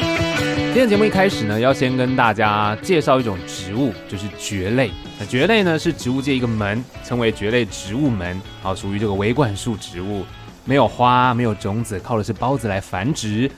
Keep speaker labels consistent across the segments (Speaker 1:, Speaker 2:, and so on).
Speaker 1: 天的节目一开始呢，要先跟大家介绍一种植物，就是蕨类。那蕨类呢是植物界一个门，称为蕨类植物门，好，属于这个维管束植物，没有花，没有种子，靠的是孢子来繁殖。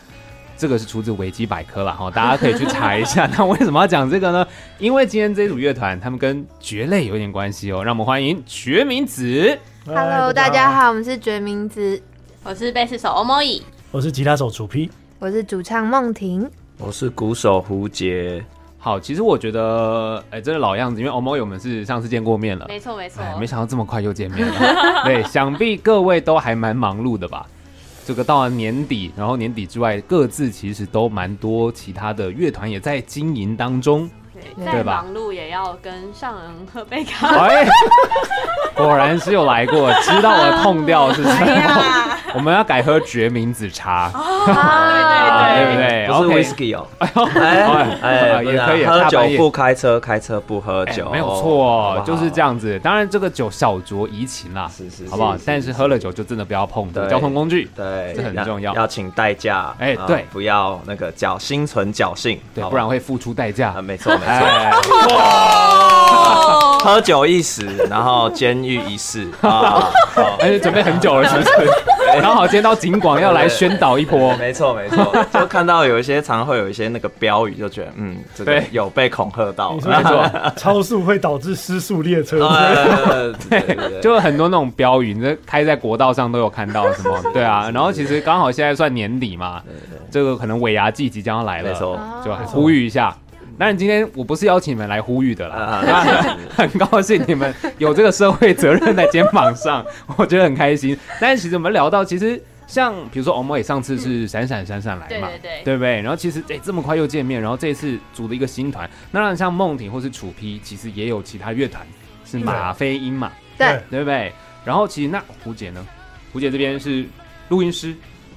Speaker 1: 这个是出自维基百科啦，哈，大家可以去查一下。那为什么要讲这个呢？ 因为今天这组乐团他们跟蕨类有一点关系哦，让我们欢迎决明子。
Speaker 2: Hello，大哎家，好，我们是决明子，
Speaker 3: 我是贝斯手欧莫伊，
Speaker 4: 我是吉他手楚 P。
Speaker 2: 我是主唱梦婷。
Speaker 5: 我是鼓手胡杰，
Speaker 1: 好，其实我觉得，哎、真的老样子，因为 OMO 我们是上次见过面了，
Speaker 3: 没错没错，
Speaker 5: 哦
Speaker 1: 哎，没想到这么快又见面了。 对，想必各位都还蛮忙碌的吧？这个到了年底，然后年底之外，各自其实都蛮多其他的乐团也在经营当 中。
Speaker 3: 对，
Speaker 2: 对
Speaker 3: 再
Speaker 1: 吧
Speaker 3: 忙碌也要跟上人喝杯咖啡。
Speaker 1: 哎，果然是有来过，知道我的痛调是
Speaker 5: 哎
Speaker 1: 什么。
Speaker 3: 呀，
Speaker 1: 我们要改喝决明子茶，
Speaker 2: 啊
Speaker 1: 啊
Speaker 3: 对
Speaker 1: 对不对？
Speaker 5: 不是
Speaker 1: OK
Speaker 5: whisky 哦，哎
Speaker 1: 哎
Speaker 5: 不是啊
Speaker 1: 也可以
Speaker 5: 喝
Speaker 1: 大
Speaker 5: 酒
Speaker 1: 半夜
Speaker 5: 不开车，开车不喝
Speaker 1: 哎
Speaker 5: 酒，
Speaker 1: 没有
Speaker 5: 哦好不
Speaker 1: 错
Speaker 5: 好，
Speaker 1: 就是这，样子。当然，这个酒小酌怡情啦，
Speaker 5: 是是，
Speaker 1: 好不好？但是
Speaker 5: 是
Speaker 1: 喝了酒就真的不要碰这个
Speaker 5: 对
Speaker 1: 交通工具。
Speaker 5: 对，
Speaker 1: 这很重要
Speaker 5: 要请代驾，
Speaker 1: 哎
Speaker 5: 啊
Speaker 1: 对
Speaker 5: 不要那个侥心存侥幸，
Speaker 1: 对，
Speaker 5: 好
Speaker 1: 不
Speaker 5: 吧
Speaker 1: 然会付出代价
Speaker 5: 啊，。没错没错，
Speaker 1: 哎，
Speaker 3: 哦
Speaker 5: 喝酒一时，然后监狱一世 啊，好
Speaker 1: 而哎且准备很久了，是不 是？然后好，今天到景广要来宣导一波。
Speaker 5: 没错没错，就看到有一些常会有一些那个标语，就觉得嗯，这个
Speaker 1: 对
Speaker 5: 有被恐吓到
Speaker 4: 你，说
Speaker 1: 没错，
Speaker 4: 超速会导致失速列车，
Speaker 5: 呃对对 对
Speaker 1: 就有很多那种标语，你这开在国道上都有看到什 么？对啊，然后其实刚好现在算年底嘛，这个可能尾牙季即将要来
Speaker 5: 没
Speaker 1: 了，
Speaker 2: 哦
Speaker 5: 错。
Speaker 1: 就呼吁一下。当然，今天我不是邀请你们来呼吁的啦
Speaker 5: 啊，
Speaker 1: 那 很高兴你们有这个社会责任在肩膀上， 我觉得很开心。但是其实我们聊到，其实像比如说，我们也上次是闪闪闪闪来
Speaker 3: 对
Speaker 1: 嘛，
Speaker 3: 嗯对对
Speaker 1: 不对？然后其实哎、这么快又见面，然后这次组了一个新团，那让像梦婷或是楚批，其实也有其他乐团是
Speaker 3: 嗯
Speaker 1: 马飞音嘛，
Speaker 2: 对，
Speaker 1: 对不对？然后其实那胡姐呢，胡姐这边是录音师，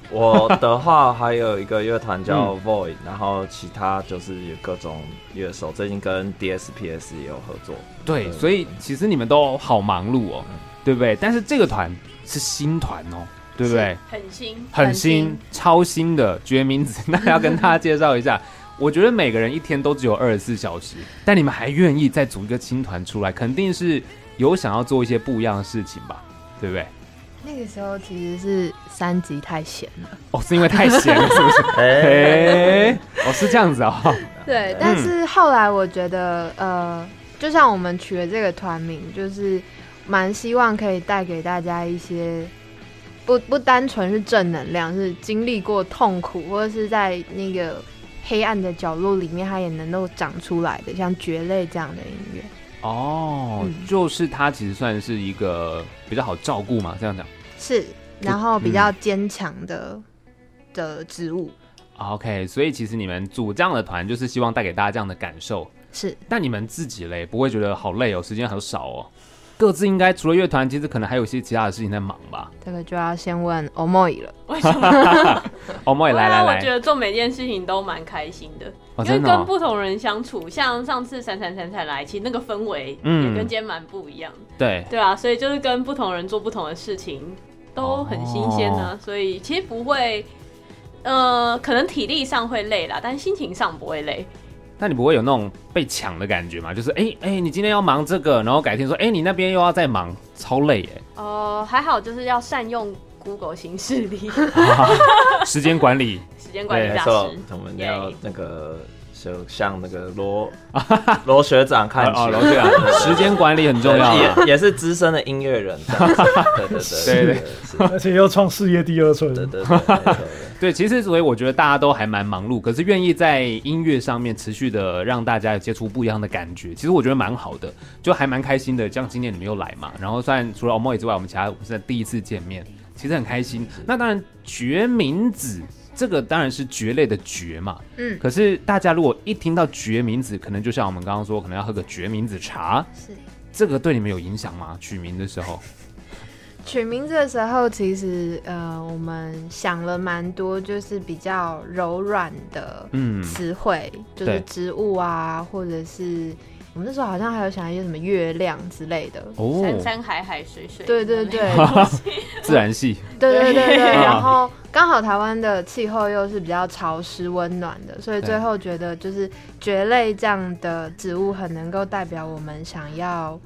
Speaker 5: 我的话还有一个乐团叫 Void，、然后其他就是有各种乐手，最近跟 DSPS 也有合作。
Speaker 1: 对，
Speaker 5: 对
Speaker 1: 所以其实你们都好忙碌哦，对不对？但是这个团是新团哦，对不对？？
Speaker 3: 很新，
Speaker 1: 很新，超新的决明子， 那要跟大家介绍一下。我觉得每个人一天都只有二十四小时，但你们还愿意再组一个新团出来，肯定是有想要做一些不一样的事情吧，对不对？
Speaker 2: 那个时候其实是三级太闲了，
Speaker 1: 哦，是因为太闲了，是不 是？
Speaker 5: 哎、
Speaker 1: 哎，哦，是这样子哦，
Speaker 2: 对。但是后来我觉得，呃，就像我们取了这个团名，就是蛮希望可以带给大家一些。不不单纯是正能量，是经历过痛苦，或者是在那个黑暗的角落里面，它也能够长出来的，像蕨类这样的音乐。
Speaker 1: 哦，
Speaker 2: 嗯
Speaker 1: 就是它其实算是一个比较好照顾嘛，这样讲。
Speaker 2: 是，然后比较坚强的、的植物
Speaker 1: 啊 OK，所以其实你们组这样的团，就是希望带给大家这样的感受。
Speaker 2: 是
Speaker 1: 但你们自己嘞，不会觉得好累哦，时间好少哦。各自应该除了乐团，其实可能还有一些其他的事情在忙吧。
Speaker 2: 这个就要先问 Omoi 了。
Speaker 3: 为什么？
Speaker 1: 哦，莫也来
Speaker 3: 我
Speaker 1: 来
Speaker 3: 觉
Speaker 1: 来，
Speaker 3: 得做每件事情都蛮开心的，
Speaker 1: 哦，
Speaker 3: 因为
Speaker 1: 真的、
Speaker 3: 跟
Speaker 1: 哦，
Speaker 3: 不同人相处，像上次闪闪闪闪来，其实那个氛围也
Speaker 1: 嗯
Speaker 3: 跟今天蛮不一样的。
Speaker 1: 对，
Speaker 3: 对啊，所以就是跟不同人做不同的事情，都很新鲜
Speaker 1: 哦
Speaker 3: 呢、所以其实不会，呃，可能体力上会累啦，但心情上不会累。
Speaker 1: 那你不会有那种被抢的感觉吗？就是哎哎、你今天要忙这个，然后改天说哎、你那边又要再忙，超累耶。
Speaker 3: 哦、还好就是要善用 Google 形式力，
Speaker 1: 时间管 理，
Speaker 3: 时间管
Speaker 5: 对，
Speaker 3: 理
Speaker 5: 没
Speaker 3: 大
Speaker 5: 错
Speaker 3: 师，
Speaker 5: 我们
Speaker 3: 耶
Speaker 5: 要哦那个就像那个罗罗学长看齐，
Speaker 1: 哦，楼姐啊，时间管理很重要啊。
Speaker 5: 也也是资深的音乐人，这样子对对
Speaker 1: 对
Speaker 5: 对对
Speaker 4: 而且又创事业第二春。
Speaker 5: 对对对对对对对。
Speaker 1: 对，其实所以我觉得大家都还蛮忙碌，可是愿意在音乐上面持续的让大家有接触不一样的感觉，其实我觉得蛮好的，就还蛮开心的。像今年你们又来嘛，然后虽然除了 Omoy 之外，我们其他我们是在第一次见面，其实很开心。那当然，决明子这个当然是蕨类的蕨嘛，
Speaker 2: 嗯，
Speaker 1: 可是大家如果一听到决明子，可能就像我们刚刚说，可能要喝个决明子茶，
Speaker 2: 是
Speaker 1: 这个对你们有影响吗？取名的时候，
Speaker 2: 取名字的时候，其实呃，我们想了蛮多，就是比较柔软的
Speaker 1: 嗯，
Speaker 2: 词汇，就是
Speaker 1: 对
Speaker 2: 植物啊，或者是我们那时候好像还有想一些什么月亮之类的。
Speaker 1: 哦
Speaker 3: 山山海海水水，
Speaker 2: 对对对
Speaker 3: 那种东西，
Speaker 1: 自然系，
Speaker 2: 对对对对，
Speaker 1: 啊
Speaker 2: 然后刚好台湾的气候又是比较潮湿温暖的，所以
Speaker 1: 对
Speaker 2: 最后觉得就是蕨类这样的植物很能够代表我们想要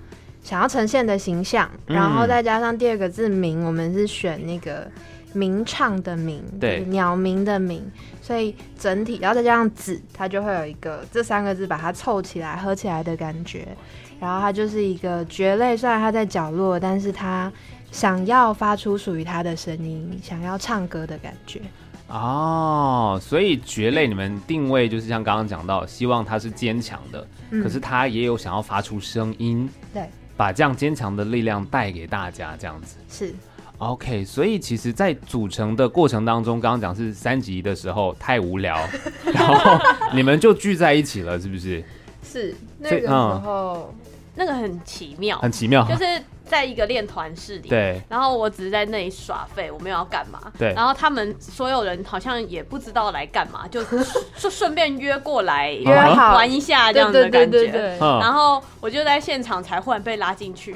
Speaker 2: 想要呈现的形象，
Speaker 1: 嗯
Speaker 2: 然后再加上第二个字“鸣”，我们是选那个鸣唱的鸣，
Speaker 1: 对
Speaker 2: 就是鸟鸣的鸣，所以整体，然后再加上“子”，它就会有一个这三个字把它凑起来合起来的感觉。然后它就是一个蕨类，虽然它在角落，但是它想要发出属于它的声音，想要唱歌的感觉。
Speaker 1: 哦，所以蕨类你们定位就是像刚刚讲到，希望它是坚强的，
Speaker 2: 嗯
Speaker 1: 可是它也有想要发出声音，
Speaker 2: 对，
Speaker 1: 把这样坚强的力量带给大家，这样子。
Speaker 2: 是
Speaker 1: OK，所以其实，在组成的过程当中，刚刚讲是三级的时候太无 聊，然后你们就聚在一起了，是不是？
Speaker 3: 哦
Speaker 2: 是那
Speaker 1: 所
Speaker 2: 个
Speaker 1: 以
Speaker 2: 时
Speaker 1: 嗯
Speaker 2: 候，
Speaker 3: 那个很奇妙，
Speaker 1: 很奇妙，
Speaker 3: 就是在一个练团室里，
Speaker 1: 对
Speaker 3: 然后我只是在那里耍废，我没有要干嘛。
Speaker 1: 对
Speaker 3: 然后他们所有人好像也不知道来干嘛，就 就顺便约过来约
Speaker 2: 好
Speaker 3: 玩一
Speaker 1: 啊
Speaker 3: 下这
Speaker 2: 对
Speaker 3: 样的
Speaker 2: 对
Speaker 3: 感
Speaker 2: 对
Speaker 3: 觉。
Speaker 2: 对对，
Speaker 3: 然
Speaker 5: 哦
Speaker 1: 嗯，
Speaker 3: 后我就在现场才忽然被拉进去，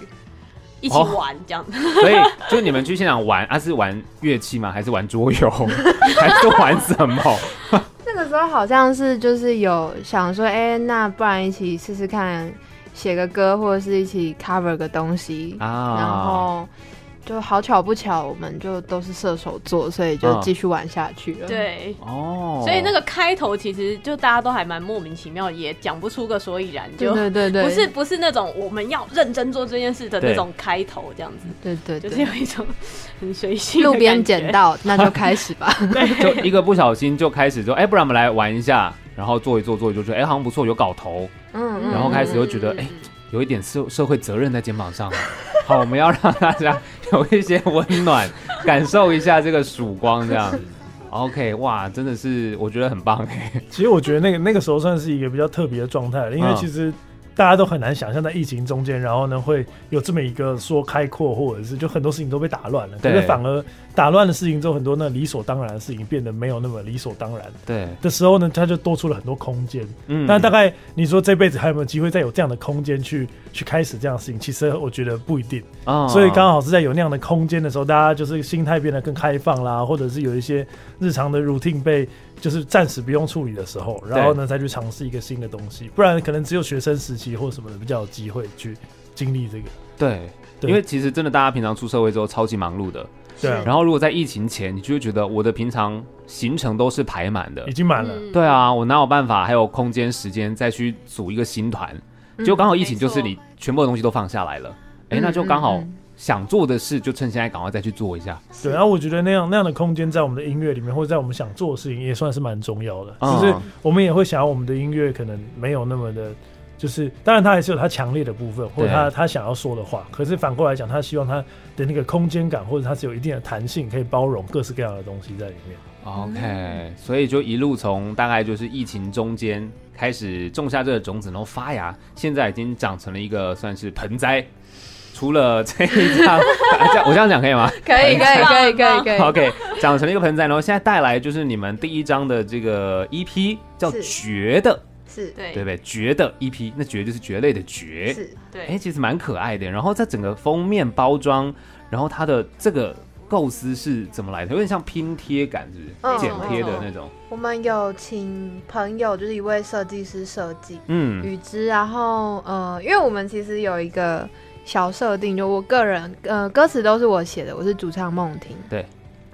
Speaker 3: 一起
Speaker 1: 哦
Speaker 3: 玩这样。
Speaker 1: 所以就你们去现场玩，啊是玩乐器吗？还是玩桌游？ 还是玩什 么？
Speaker 2: 那个时候好像是就是有想说，哎、那不然一起试试看，写个歌或者是一起 cover 个东西，
Speaker 1: 啊
Speaker 2: 然后。就好巧不巧，我们就都是射手座，所以就
Speaker 1: 嗯
Speaker 2: 继续玩下去了。，
Speaker 3: 对，
Speaker 1: 哦，
Speaker 3: 所以那个开头其实就大家都还蛮莫名其妙，也讲不出个所以然，就
Speaker 2: 对对对对，
Speaker 3: 不是不是那种我们要认真做这件事的
Speaker 1: 对
Speaker 3: 那种开头，这样子
Speaker 2: 对对对，
Speaker 3: 就是有一种很随性的
Speaker 2: 路边
Speaker 3: 感觉
Speaker 2: 捡，到，那就开始吧。
Speaker 1: 就一个不小心就开始说，哎、不然我们来玩一下，然后做一做做一做，就哎、好像不错，有搞头，
Speaker 2: 嗯，
Speaker 1: 然后开始又觉得，哎、有一点社社会责任在肩膀 上。好，我们要让大家有一些温暖，感受一下这个曙光，这样。OK，哇，真的是我觉得很棒哎、
Speaker 4: 其实我觉得那个那个时候算是一个比较特别的状态，因为
Speaker 1: 嗯
Speaker 4: 其实大家都很难想象在疫情中间，然后呢会有这么一个说开阔，或者是就很多事情都被打乱了。可
Speaker 1: 对
Speaker 4: 是反而打乱的事情之后，很多那理所当然的事情变得没有那么理所当然
Speaker 1: 对，
Speaker 4: 的时候呢，它就多出了很多空间。
Speaker 1: 嗯
Speaker 4: 那大概你说这辈子还有没有机会再有这样的空间去去开始这样的事情？其实我觉得不一定。
Speaker 1: 哦
Speaker 4: 所以刚好是在有那样的空间的时候，大家就是心态变得更开放啦，或者是有一些日常的 routine 被就是暂时不用处理的时候，然后呢再去尝试一个新的东西，不然可能只有学生时期或什么的比较有机会去经历这个。
Speaker 1: 对。
Speaker 4: 对
Speaker 1: 因为其实真的，大家平常出社会之后超级忙碌的，
Speaker 4: 对啊，
Speaker 1: 然后如果在疫情前，你就会觉得我的平常行程都是排满的
Speaker 4: 已，经满了，
Speaker 3: 嗯
Speaker 1: 对啊，我哪有办法还有空间时间再去组一个新团？
Speaker 2: 嗯
Speaker 1: 结果刚好疫情就是
Speaker 3: 没
Speaker 1: 你全部的东西都放下来了，哎、那就刚
Speaker 2: 嗯
Speaker 1: 好想做的事就趁现在赶快再去做一下。
Speaker 4: 对。然后我觉得那样那样的空间在我们的音乐里面，或者在我们想做的事情，也算是蛮重要的。
Speaker 1: 嗯
Speaker 4: 就是我们也会想要我们的音乐可能没有那么的，就是当然他还是有他强烈的部分，或者他他想要说的话。可是反过来讲，他希望他的那个空间感，或者他是有一定的弹性，可以包容各式各样的东西在里 面。
Speaker 1: OK，所嗯以就一路从大概就是疫情中间开始种下这个种子，然后发芽，现在已经长成了一个算是盆栽。除了这一张， 啊这样我这样讲可以吗？
Speaker 2: 可以可以可以可以可以，
Speaker 1: OK，长成了一个盆栽，然后现在带来就是你们第一张的这个 EP 叫
Speaker 2: 是
Speaker 1: 《觉得》，
Speaker 2: 是
Speaker 3: 对
Speaker 1: 对不对？觉得 EP，那觉就是蕨类的蕨，
Speaker 2: 是
Speaker 3: 对，
Speaker 1: 哎，其实蛮可爱的。然后在整个封面包装，然后它的这个构思是怎么来的？有点像拼贴感，是不
Speaker 2: 嗯
Speaker 1: 是？剪贴的那种。
Speaker 2: 我们有请朋友，就是一位设计师设计
Speaker 1: 嗯，
Speaker 2: 雨之，然后呃，因为我们其实有一个小设定，就我个人呃，歌词都是我写的，我是主唱梦婷，
Speaker 1: 对。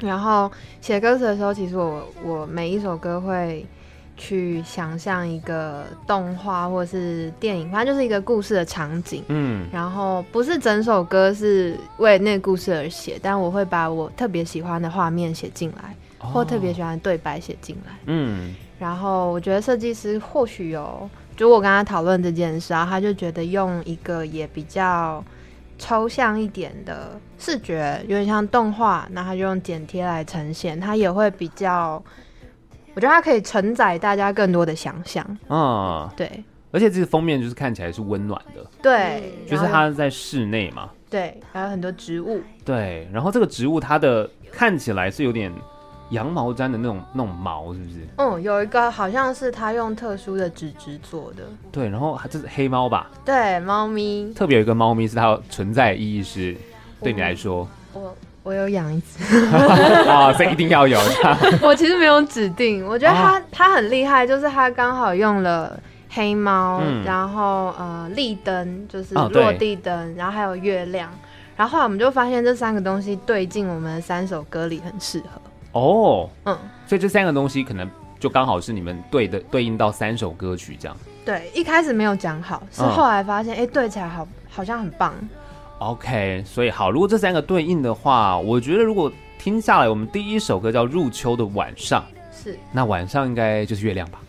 Speaker 2: 然后写歌词的时候，其实我我每一首歌会去想象一个动画或是电影，反正就是一个故事的场景。
Speaker 1: 嗯，
Speaker 2: 然后不是整首歌是为那个故事而写，但我会把我特别喜欢的画面写进来，或特别喜
Speaker 1: 欢。
Speaker 2: 欢的对白写进来。
Speaker 1: 哦嗯，
Speaker 2: 然后我觉得设计师或许有，就我跟他讨论这件事，然啊后他就觉得用一个也比较抽象一点的视觉，有点像动画，那他就用剪贴来呈现，他也会比较，我觉得它可以承载大家更多的想象。
Speaker 1: 啊，
Speaker 2: 对
Speaker 1: 而且这个封面就是看起来是温暖的，
Speaker 2: 对，
Speaker 3: 嗯
Speaker 1: 就是
Speaker 2: 然后
Speaker 1: 它在室内嘛。
Speaker 2: 对，还有很多植物，
Speaker 1: 对，然后这个植物它的看起来是有点羊毛毡的那种那种毛，是不是？
Speaker 2: 嗯，有一个好像是他用特殊的纸质做的，
Speaker 1: 对，然后它这是黑猫吧？
Speaker 2: 对，猫咪，
Speaker 1: 特别有一个猫咪是它存在意义是对你来说，
Speaker 2: 我我有养一只，
Speaker 1: 啊，所以一定要有。
Speaker 2: 我其实没有指定。我觉得
Speaker 1: 哦
Speaker 2: 他、他很厉害，就是他刚好用了黑猫，
Speaker 1: 嗯
Speaker 2: 然后呃立灯，就是
Speaker 1: 哦对
Speaker 2: 落地灯，然后还有月亮。然后后来我们就发现这三个东西对进我们的三首歌里很适合。
Speaker 1: 哦，
Speaker 2: 嗯，
Speaker 1: 所以这三个东西可能就刚好是你们对的对应到三首歌曲这样。
Speaker 2: 对，一开始没有讲好，是
Speaker 1: 嗯
Speaker 2: 后来发现，哎、对起来好好像很棒。
Speaker 1: OK，所以好，如果这三个对应的话，我觉得如果听下来，我们第一首歌叫《入秋的晚上》，
Speaker 2: 是，
Speaker 1: 那晚上应该就是月亮吧？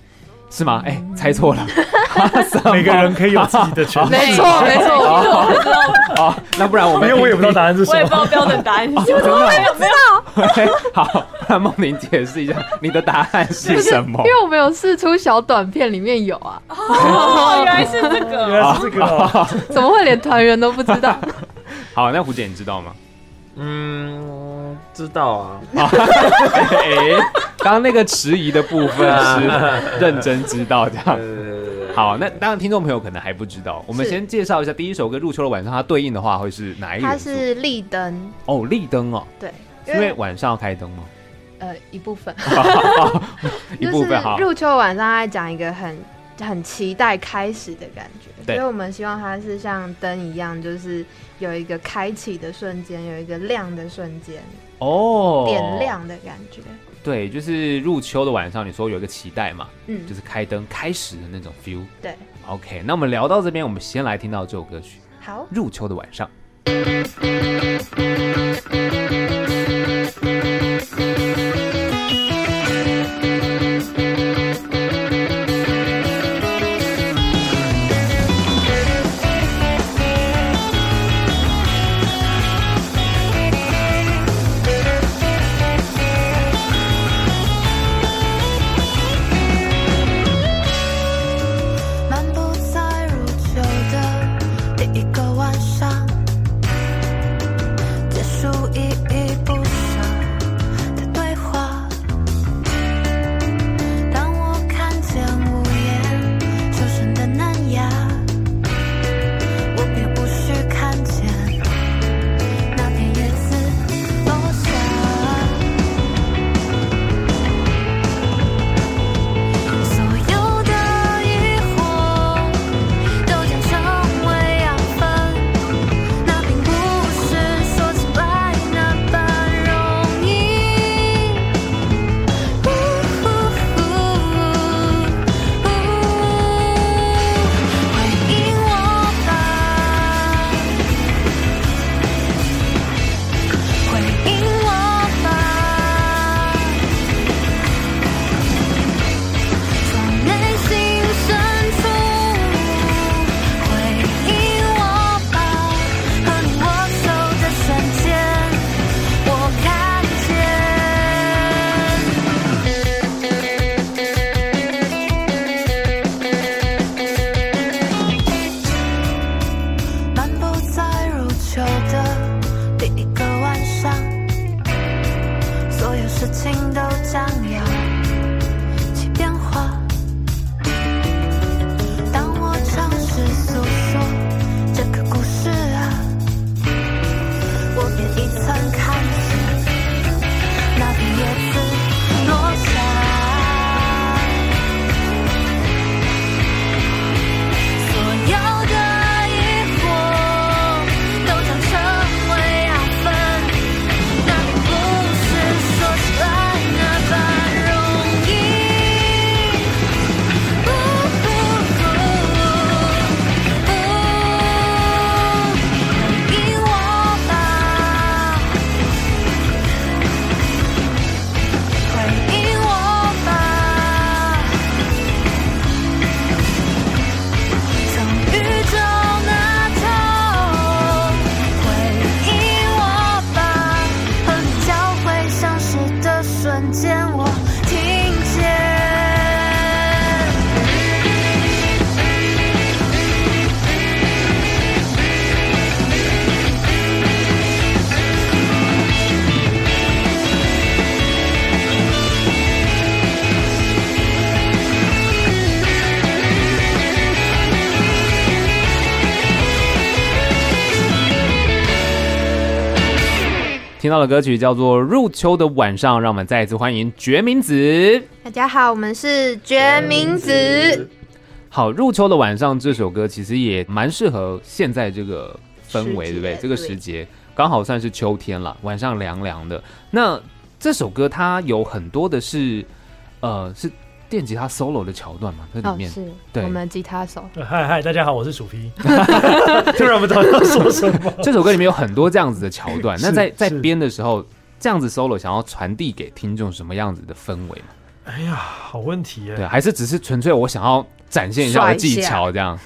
Speaker 1: 是吗？哎、猜错了，什么
Speaker 4: 嗯 每个人可以有自己的权 利。
Speaker 2: 没 错没错，
Speaker 3: 其实
Speaker 2: 我
Speaker 3: 我不知道，
Speaker 1: 哦，那不然我们
Speaker 4: 没有，我也不知道答案是什
Speaker 3: 我也不知
Speaker 4: 么。
Speaker 3: 道标准答案是什 么。没有没有，
Speaker 1: OK，好，让梦玲解释一下你的答案是什么
Speaker 2: 因？为我们有试出小短片，里面有啊，
Speaker 3: 哦，原来 是这
Speaker 4: 原
Speaker 3: 个。
Speaker 4: 来是这个哦，
Speaker 2: 怎么会连团员都不知 道？
Speaker 1: 好，那胡姐你知道吗？
Speaker 5: 嗯，知道啊，
Speaker 1: 哎、刚刚那个迟疑的部分是认真知道这样。
Speaker 5: 呃，
Speaker 1: 好，那当然听众朋友可能还不知道，我们
Speaker 2: 是
Speaker 1: 先介绍一下第一首歌《入秋的晚上》，它对应的话会是哪一个
Speaker 2: 它
Speaker 1: 元素？
Speaker 2: 是立灯，
Speaker 1: 哦，立灯哦，
Speaker 2: 对，
Speaker 1: 因为晚上要开灯吗？
Speaker 2: 呃一部分，
Speaker 1: 一
Speaker 2: 就
Speaker 1: 部
Speaker 2: 是
Speaker 1: 分哈，
Speaker 2: 入秋晚上在讲一个很很期待开始的感觉，所
Speaker 1: 对
Speaker 2: 以我们希望它是像灯一样，就是有一个开启的瞬间，有一个亮的瞬间，
Speaker 1: 哦，
Speaker 2: 点。亮的感觉。
Speaker 1: 对，就是入秋的晚上，你说有一个期待嘛，
Speaker 2: 嗯
Speaker 1: 就，是开灯开始的那种 feel。
Speaker 2: 对，
Speaker 1: OK，那我们聊到这边，我们先来听到这首歌曲
Speaker 2: 好
Speaker 1: 《入秋的晚上》。
Speaker 6: 漫步在入秋的第一个晚上，结束意义
Speaker 1: 听到的歌曲叫做《入秋的晚上》，让我们再一次欢迎决明子。
Speaker 2: 大家好，我们是决明子
Speaker 1: 好，《入秋的晚上》这首歌其实也蛮适合现在这个氛围，
Speaker 2: 时
Speaker 1: 对
Speaker 2: 节
Speaker 1: 不对？这个
Speaker 2: 对
Speaker 1: 时节刚好算是秋天了，晚上凉凉的。那这首歌它有很多的是，呃，是电吉他 solo 的桥段嘛？这里
Speaker 2: 哦，
Speaker 1: 面、
Speaker 2: 是
Speaker 1: 对
Speaker 2: 我们吉他手，
Speaker 4: 嗨嗨，大家好，我是鼠皮。 突然不知道要说什么。
Speaker 1: 这首歌里面有很多这样子的桥 段。那
Speaker 4: 是
Speaker 1: 在在
Speaker 4: 是
Speaker 1: 编的时候，这样子 solo 想要传递给听众什么样子的氛围嘛？
Speaker 4: 哎呀，好问题耶、
Speaker 1: 对，啊还是只是纯粹我想要展现一下我的技巧这样？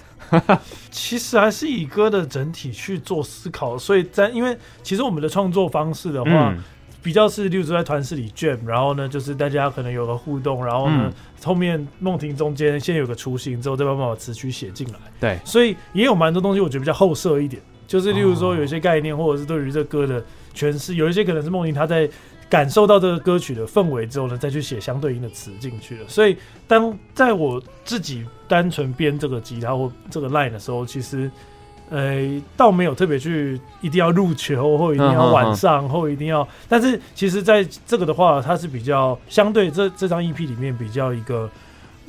Speaker 4: 其实还是以歌的整体去做思考，所以在因为其实我们的创作方式的话，
Speaker 1: 嗯，
Speaker 4: 比较是，例如说在团室里 jam，然后呢，就是大家可能有个互动，然后呢，
Speaker 1: 嗯
Speaker 4: 后面梦婷中间先有个雏形，之后再慢慢把词曲写进来。
Speaker 1: 对
Speaker 4: 所以也有蛮多东西，我觉得比较后设一点，就是例如说
Speaker 1: 哦
Speaker 4: 有一些概念，或者是对于这歌的诠释，有一些可能是梦婷她在感受到这个歌曲的氛围之后呢，再去写相对应的词进去的。所以当在我自己单纯编这个吉他或这个 line 的时候，其实。呃，倒没有特别去一定要入球，或一定
Speaker 1: 嗯
Speaker 4: 要晚上，或一定要，但是其实在这个的话，它是比较相对这这张 EP 里面比较一个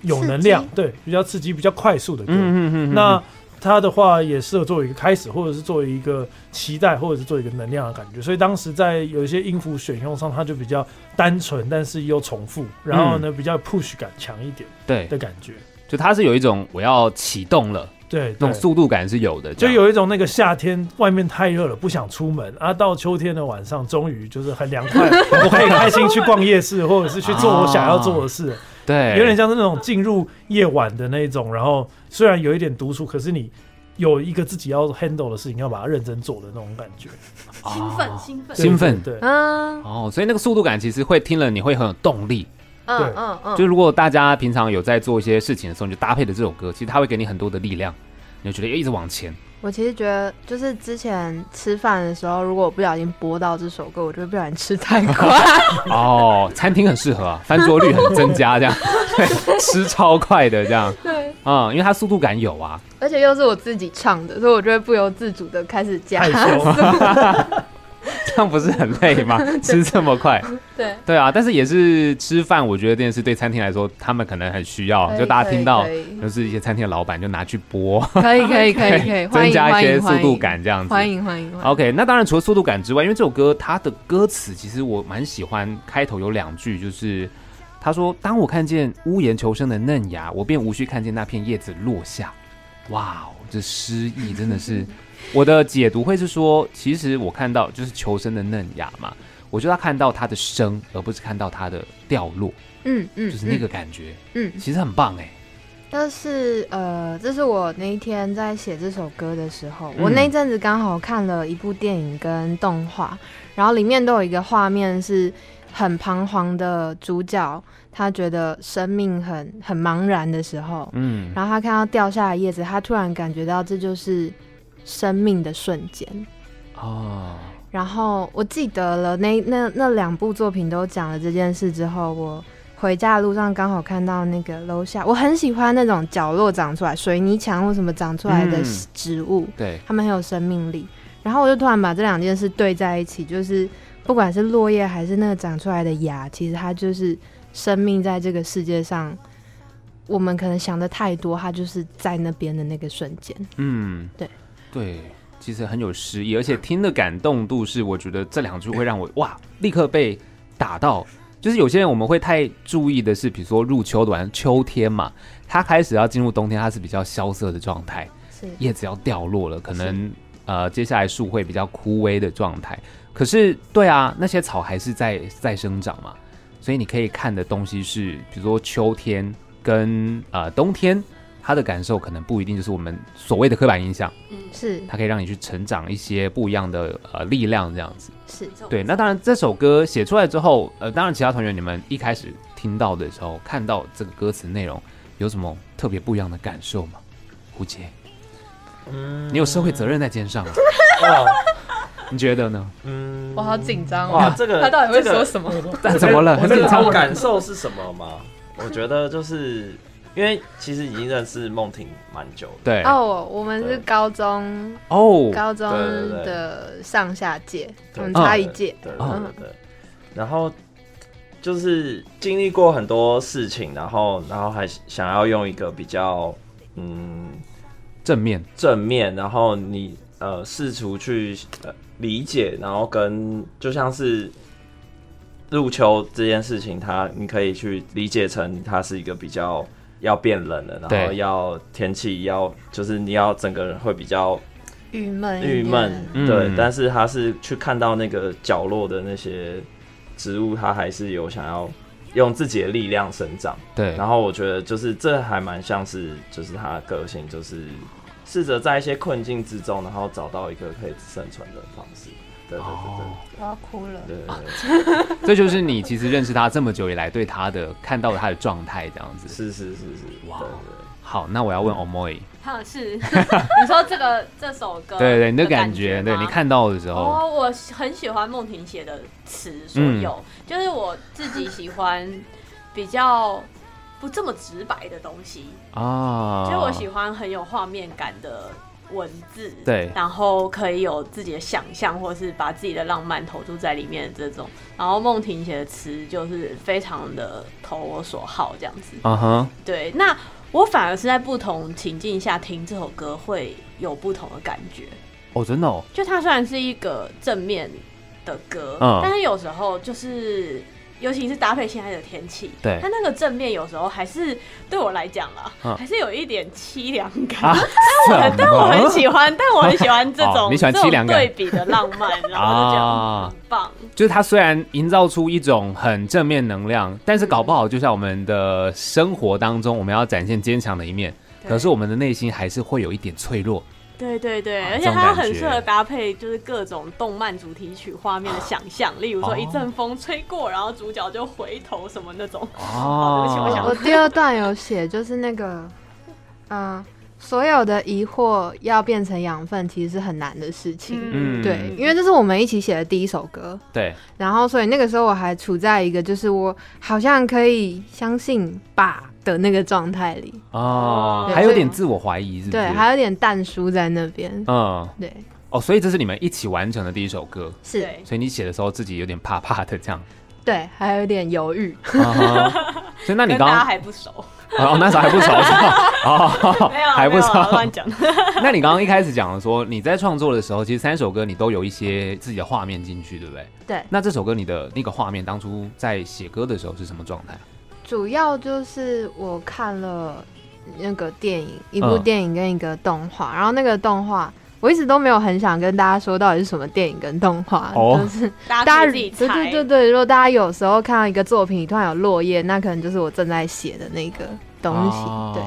Speaker 4: 有能量
Speaker 2: 刺，
Speaker 4: 对，比较刺激、比较快速的歌。
Speaker 1: 嗯嗯
Speaker 4: 那它的话也适合作为一个开始，或者是作为一个期待，或者是作为一个能量的感觉。所以当时在有一些音符选用上，它就比较单纯，但是又重复，然后
Speaker 1: 嗯
Speaker 4: 呢比较 push 感强一点
Speaker 1: 对，
Speaker 4: 的感觉。
Speaker 1: 就它是有一种我要启动了，
Speaker 4: 对，
Speaker 1: 那种
Speaker 4: 对
Speaker 1: 速度感是有的，这
Speaker 4: 就
Speaker 1: 样
Speaker 4: 有一种那个夏天外面太热了，不想出门啊，到秋天的晚上，终于就是很凉快，我可以开心去逛夜市，或者是去做我想要做的事，
Speaker 1: 对，
Speaker 4: 有点像是那种进入夜晚的那种。然后虽然有一点独处，可是你有一个自己要 handle 的事情，要把它认真做的那种感觉。
Speaker 3: 兴奋
Speaker 1: 哦
Speaker 3: 兴奋，
Speaker 1: 兴奋
Speaker 4: 对，对
Speaker 2: 嗯
Speaker 1: 哦，所以那个速度感其实会听了你会很有动力。
Speaker 2: 嗯嗯
Speaker 1: 就
Speaker 2: 嗯，
Speaker 1: 如果大家平常有在做一些事情的时候，你就搭配的这首歌，其实它会给你很多的力量，你就觉得一直往前。
Speaker 2: 我其实觉得，就是之前吃饭的时候，如果我不小心播到这首歌，我就会不小心吃太快，
Speaker 1: 哦，餐厅很适合啊，翻桌率很增加， 这样对吃超快的这样
Speaker 2: 对，
Speaker 1: 啊、嗯因为它速度感有啊。
Speaker 2: 而且又是我自己唱的，所以我就会不由自主的开始加
Speaker 4: 害羞。
Speaker 1: 这样不是很累 吗？吃这么快，
Speaker 2: 对，
Speaker 1: 对啊，但是也是吃饭，我觉得这件事对餐厅来说，他们可能很需要，
Speaker 2: 哎可以
Speaker 1: 就大家听到
Speaker 2: 可以
Speaker 1: 就是一些餐厅的老板就拿去播，
Speaker 2: 可以可以可以 可以，欢
Speaker 1: 增
Speaker 2: 迎
Speaker 1: 加一
Speaker 2: 欢
Speaker 1: 些
Speaker 2: 迎
Speaker 1: 速
Speaker 2: 欢迎
Speaker 1: 度感这样子。
Speaker 2: 欢迎欢迎欢迎，
Speaker 1: OK，那当然除了速度感之外，因为这首歌它的歌词其实我蛮喜欢，开头有两句就是他说：“当我看见屋檐求生的嫩芽，我便无需看见那片叶子落下。”哇哦，这诗意真的
Speaker 2: 嗯
Speaker 1: 是，我的解读会是说，其实我看到就是求生的嫩芽嘛，我觉得他看到它的生，而不是看到它的掉落，
Speaker 2: 嗯嗯，
Speaker 1: 就是那个感觉，
Speaker 2: 嗯，嗯
Speaker 1: 其实很棒哎、
Speaker 2: 但是呃，这是我那一天在写这首歌的时候，
Speaker 1: 嗯
Speaker 2: 我那一阵子刚好看了一部电影跟动画，然后里面都有一个画面是很彷徨的主角，他觉得生命很很茫然的时候，
Speaker 1: 嗯，
Speaker 2: 然后他看到掉下的叶子，他突然感觉到这就是生命的瞬间。
Speaker 1: 哦，
Speaker 2: 然后我记得了那那那两部作品都讲了这件事之后，我回家的路上刚好看到那个楼下，我很喜欢那种角落长出来水泥墙或什么长出来的
Speaker 1: 嗯
Speaker 2: 植物，
Speaker 1: 对，
Speaker 2: 它们很有生命力。然后我就突然把这两件事对在一起，就是不管是落叶还是那个长出来的芽，其实它就是生命在这个世界上。我们可能想的太多，它就是在那边的那个瞬间。
Speaker 1: 嗯，
Speaker 2: 对
Speaker 1: 对，其实很有诗意，而且听的感动度是，我觉得这两句会让我哇，立刻被打到。就是有些人我们会太注意的是，比如说入秋的晚上，秋天嘛，它开始要进入冬天，它是比较萧瑟的状态，
Speaker 2: 是，
Speaker 1: 叶子要掉落了，可能呃接下来树会比较枯萎的状态。可是对啊，那些草还是在在生长嘛，所以你可以看的东西是，比如说秋天跟呃冬天，它的感受可能不一定就是我们所谓的刻板印象，
Speaker 3: 嗯，
Speaker 2: 是
Speaker 1: 它可以让你去成长一些不一样的呃力量这样子。
Speaker 2: 是，
Speaker 3: 嗯
Speaker 1: 对，那当然这首歌写出来之后，呃，当然其他团员你们一开始听到的时候，看到这个歌词内容有什么特别不一样的感受吗？胡杰，
Speaker 5: 嗯
Speaker 1: 你有社会责任在肩上啊，
Speaker 5: 哇，
Speaker 1: 你觉得呢？
Speaker 5: 嗯
Speaker 2: 我好紧张哦
Speaker 5: 哇， 这个这个
Speaker 2: 什么？
Speaker 1: 但怎么了？
Speaker 5: 我
Speaker 1: 很
Speaker 5: 这
Speaker 1: 紧
Speaker 5: 个
Speaker 1: 张
Speaker 5: 感受是什么吗？我觉得就是因为其实已经认识梦婷蛮久的，
Speaker 1: 对
Speaker 2: 哦，我我们是
Speaker 5: 对
Speaker 2: 高中
Speaker 1: 哦，
Speaker 2: 高中
Speaker 5: 对对对
Speaker 2: 的上下届，我
Speaker 5: 对
Speaker 2: 们嗯
Speaker 5: 对
Speaker 2: 差一届。
Speaker 5: 对对
Speaker 1: 嗯
Speaker 5: 对对。然后就是经历过很多事情，然后然后还想要用一个比较嗯
Speaker 1: 正面
Speaker 5: 正面，然后你呃试图去呃理解，然后跟就像是入秋这件事情，它你可以去理解成它是一个比较要变冷了，然后
Speaker 1: 对
Speaker 5: 要天气要就是你要整个人会比较
Speaker 2: 郁闷一点，
Speaker 5: 郁闷，
Speaker 1: 嗯
Speaker 5: 对，但是他是去看到那个角落的那些植物，他还是有想要用自己的力量生长。
Speaker 1: 对，
Speaker 5: 然后我觉得就是这还蛮像是就是他的个性，就是试着在一些困境之中，然后找到一个可以生存的方式。对对
Speaker 1: 哦
Speaker 2: 我要哭了。
Speaker 5: 对对对对对
Speaker 1: 这就是你其实认识他这么久以来对他的看到的他的状态这样子。
Speaker 5: 是是是是，
Speaker 1: 哇
Speaker 5: 对对
Speaker 1: 好，那我要问 Omoy，
Speaker 3: 他是你说这个这首歌，
Speaker 1: 对对，你的
Speaker 3: 感
Speaker 1: 感觉，对
Speaker 3: 吗
Speaker 1: 你。看到的时候，
Speaker 3: 哦，我很喜欢梦婷写的词，所
Speaker 1: 嗯
Speaker 3: 有、就是我自己喜欢比较不这么直白的东西，
Speaker 1: 啊，
Speaker 3: 就是我喜欢很有画面感的文字，
Speaker 1: 对
Speaker 3: 然后可以有自己的想象，或是把自己的浪漫投注在里面的这种。然后梦婷写的词就是非常的投我所好这样子，
Speaker 1: 啊哈，
Speaker 3: 对。那我反而是在不同情境下听这首歌会有不同的感觉，
Speaker 1: 哦，真的哦，
Speaker 3: 就它虽然是一个正面的歌，
Speaker 1: 嗯
Speaker 3: 但是有时候就是，尤其是搭配现在的天气，
Speaker 1: 对
Speaker 3: 它那个正面有时候还是对我来讲啦，
Speaker 1: 嗯
Speaker 3: 还是有一点凄凉
Speaker 1: 啊
Speaker 3: 感。 但但我很喜欢，但我很喜欢这
Speaker 1: 哦
Speaker 3: 种
Speaker 1: 你喜欢
Speaker 3: 这种
Speaker 1: 凄凉感
Speaker 3: 对比的浪漫，然后就觉得
Speaker 1: 啊
Speaker 3: 很棒。
Speaker 1: 就是他虽然营造出一种很正面能量，但是搞不好就像我们的生活当中，我们要展现坚强的一面，
Speaker 3: 对
Speaker 1: 啊可是我们的内心还是会有一点脆弱。
Speaker 3: 对对对，
Speaker 1: 啊
Speaker 3: 而且
Speaker 1: 这种
Speaker 3: 它
Speaker 1: 感
Speaker 3: 很
Speaker 1: 觉
Speaker 3: 适合搭配，就是各种动漫主题曲画面的想象，例如说
Speaker 1: 哦
Speaker 3: 一阵风吹过，然后主角就回头什么那种。
Speaker 1: 哦
Speaker 3: 对不起我想
Speaker 2: 我第二段有写，就是那个，嗯、所有的疑惑要变成养分，其实是很难的事情。
Speaker 1: 嗯
Speaker 2: 对，因为这是我们一起写的第一首歌，
Speaker 1: 对，
Speaker 2: 然后所以那个时候我还处在一个就是我好像可以相信吧的那个状态里，
Speaker 1: 哦，
Speaker 3: 对
Speaker 1: 还有
Speaker 2: 所以
Speaker 1: 点自我怀疑，是不是？
Speaker 2: 对，还有点淡疏在那边，
Speaker 1: 嗯，
Speaker 2: 对，
Speaker 1: 哦，所以这是你们一起完成的第一首歌，
Speaker 2: 是，
Speaker 3: 对
Speaker 1: 所以你写的时候自己有点怕怕的这 样。
Speaker 2: 对，还有点犹豫，
Speaker 1: 啊哈所以那你
Speaker 3: 跟
Speaker 1: 刚
Speaker 3: 大家
Speaker 1: 刚
Speaker 3: 还不熟，
Speaker 1: 哦，那时候还不熟 是吧？哦，
Speaker 3: 没有
Speaker 1: 还不
Speaker 3: 没有
Speaker 1: 熟。
Speaker 3: 乱讲。
Speaker 1: 那你刚刚一开始讲的说，你在创作的时候，其实三首歌你都有一些自己的画面进去，对不对？
Speaker 2: 对，
Speaker 1: 那这首歌你的那个画面，当初在写歌的时候是什么状态？
Speaker 2: 主要就是我看了那个电影，一部
Speaker 1: 嗯
Speaker 2: 电影跟一个动画，然后那个动画我一直都没有很想跟大家说到底是什么电影跟动画，
Speaker 1: 哦
Speaker 2: 就是
Speaker 3: 大家
Speaker 2: 大
Speaker 3: 可
Speaker 2: 家
Speaker 3: 以自己
Speaker 2: 对
Speaker 3: 猜。
Speaker 2: 对对对，如果大家有时候看到一个作品突然有落叶，那可能就是我正在写的那个东西，
Speaker 1: 啊
Speaker 2: 对，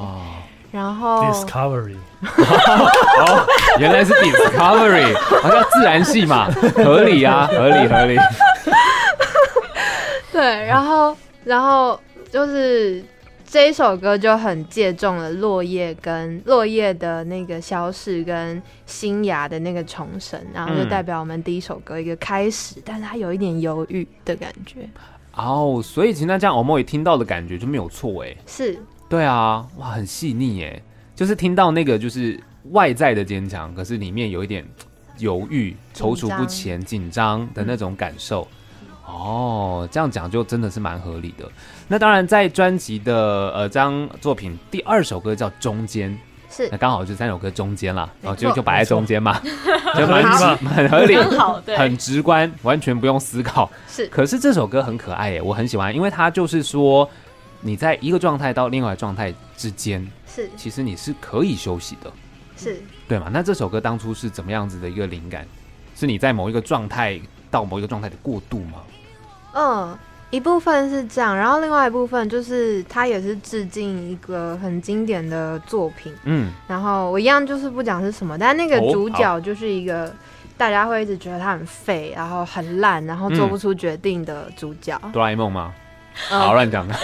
Speaker 2: 然后
Speaker 4: Discovery
Speaker 1: 哦，原来是 Discovery，好像自然系嘛，合理啊，合理合理。
Speaker 2: 对，然后然后就是这一首歌就很借重了落叶跟落叶的那个消逝跟新芽的那个重生，然后就
Speaker 1: 嗯
Speaker 2: 代表我们第一首歌一个开始，但是它有一点犹豫的感觉，
Speaker 1: 哦，所以其实那这样，我们也听到的感觉就没有错哎。
Speaker 2: 是
Speaker 1: 对啊，哇，很细腻哎，就是听到那个就是外在的坚强，可是里面有一点犹豫、踌躇不前、紧张的那种感受。哦，这样讲就真的是蛮合理的。那当然，在专辑的呃这张作品第二首歌叫《中间》，
Speaker 2: 是
Speaker 1: 那刚好就三首歌中间啦，然后
Speaker 2: 没
Speaker 1: 就
Speaker 2: 错
Speaker 1: 就摆在中间 嘛，就蛮
Speaker 4: 合理
Speaker 1: 蛮合理，
Speaker 3: 很好，对，
Speaker 1: 很直观，完全不用思考。
Speaker 2: 是
Speaker 1: 可是这首歌很可爱耶，我很喜欢，因为它就是说你在一个状态到另外一个状态之间，
Speaker 2: 是
Speaker 1: 其实你是可以休息的，
Speaker 2: 是
Speaker 1: 对吗？那这首歌当初是怎么样子的一个灵感？是你在某一个状态到某一个状态的过渡吗？
Speaker 2: 嗯，一部分是这样，然后另外一部分就是它也是致敬一个很经典的作品，
Speaker 1: 嗯，
Speaker 2: 然后我一样就是不讲是什么，但那个
Speaker 1: 哦
Speaker 2: 主角就是一个大家
Speaker 1: 嗯
Speaker 2: 会一直觉得他很废，然后很烂，然后做不出决定的主角。呃
Speaker 1: 哆啦 A 梦吗？
Speaker 2: 嗯
Speaker 1: 好乱讲的，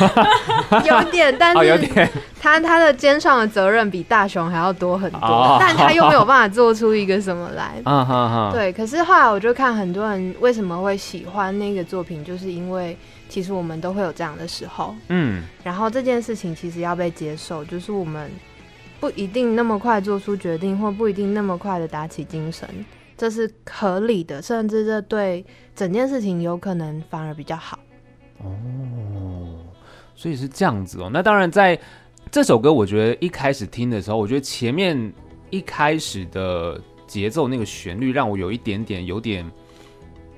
Speaker 2: 有 点，但
Speaker 1: 哦，有
Speaker 2: 是
Speaker 1: 点
Speaker 2: 他他的肩上的责任比大雄还要多很
Speaker 1: 哦
Speaker 2: 多，但他又没 有办法做出一个什么来。
Speaker 1: 啊哈哈，
Speaker 2: 对，可是后来我就看很多人为什么会喜欢那个作品，就是因为其实我们都会有这样的时候，
Speaker 1: 嗯，
Speaker 2: 然后这件事情其实要被接受，就是我们不一定那么快做出决定，或不一定那么快的打起精神，这是合理的，甚至这对整件事情有可能反而比较好。
Speaker 1: 哦，所以是这样子哦。那当然，在这首歌，我觉得一开始听的时候，我觉得前面一开始的节奏那个旋律，让我有一点点有点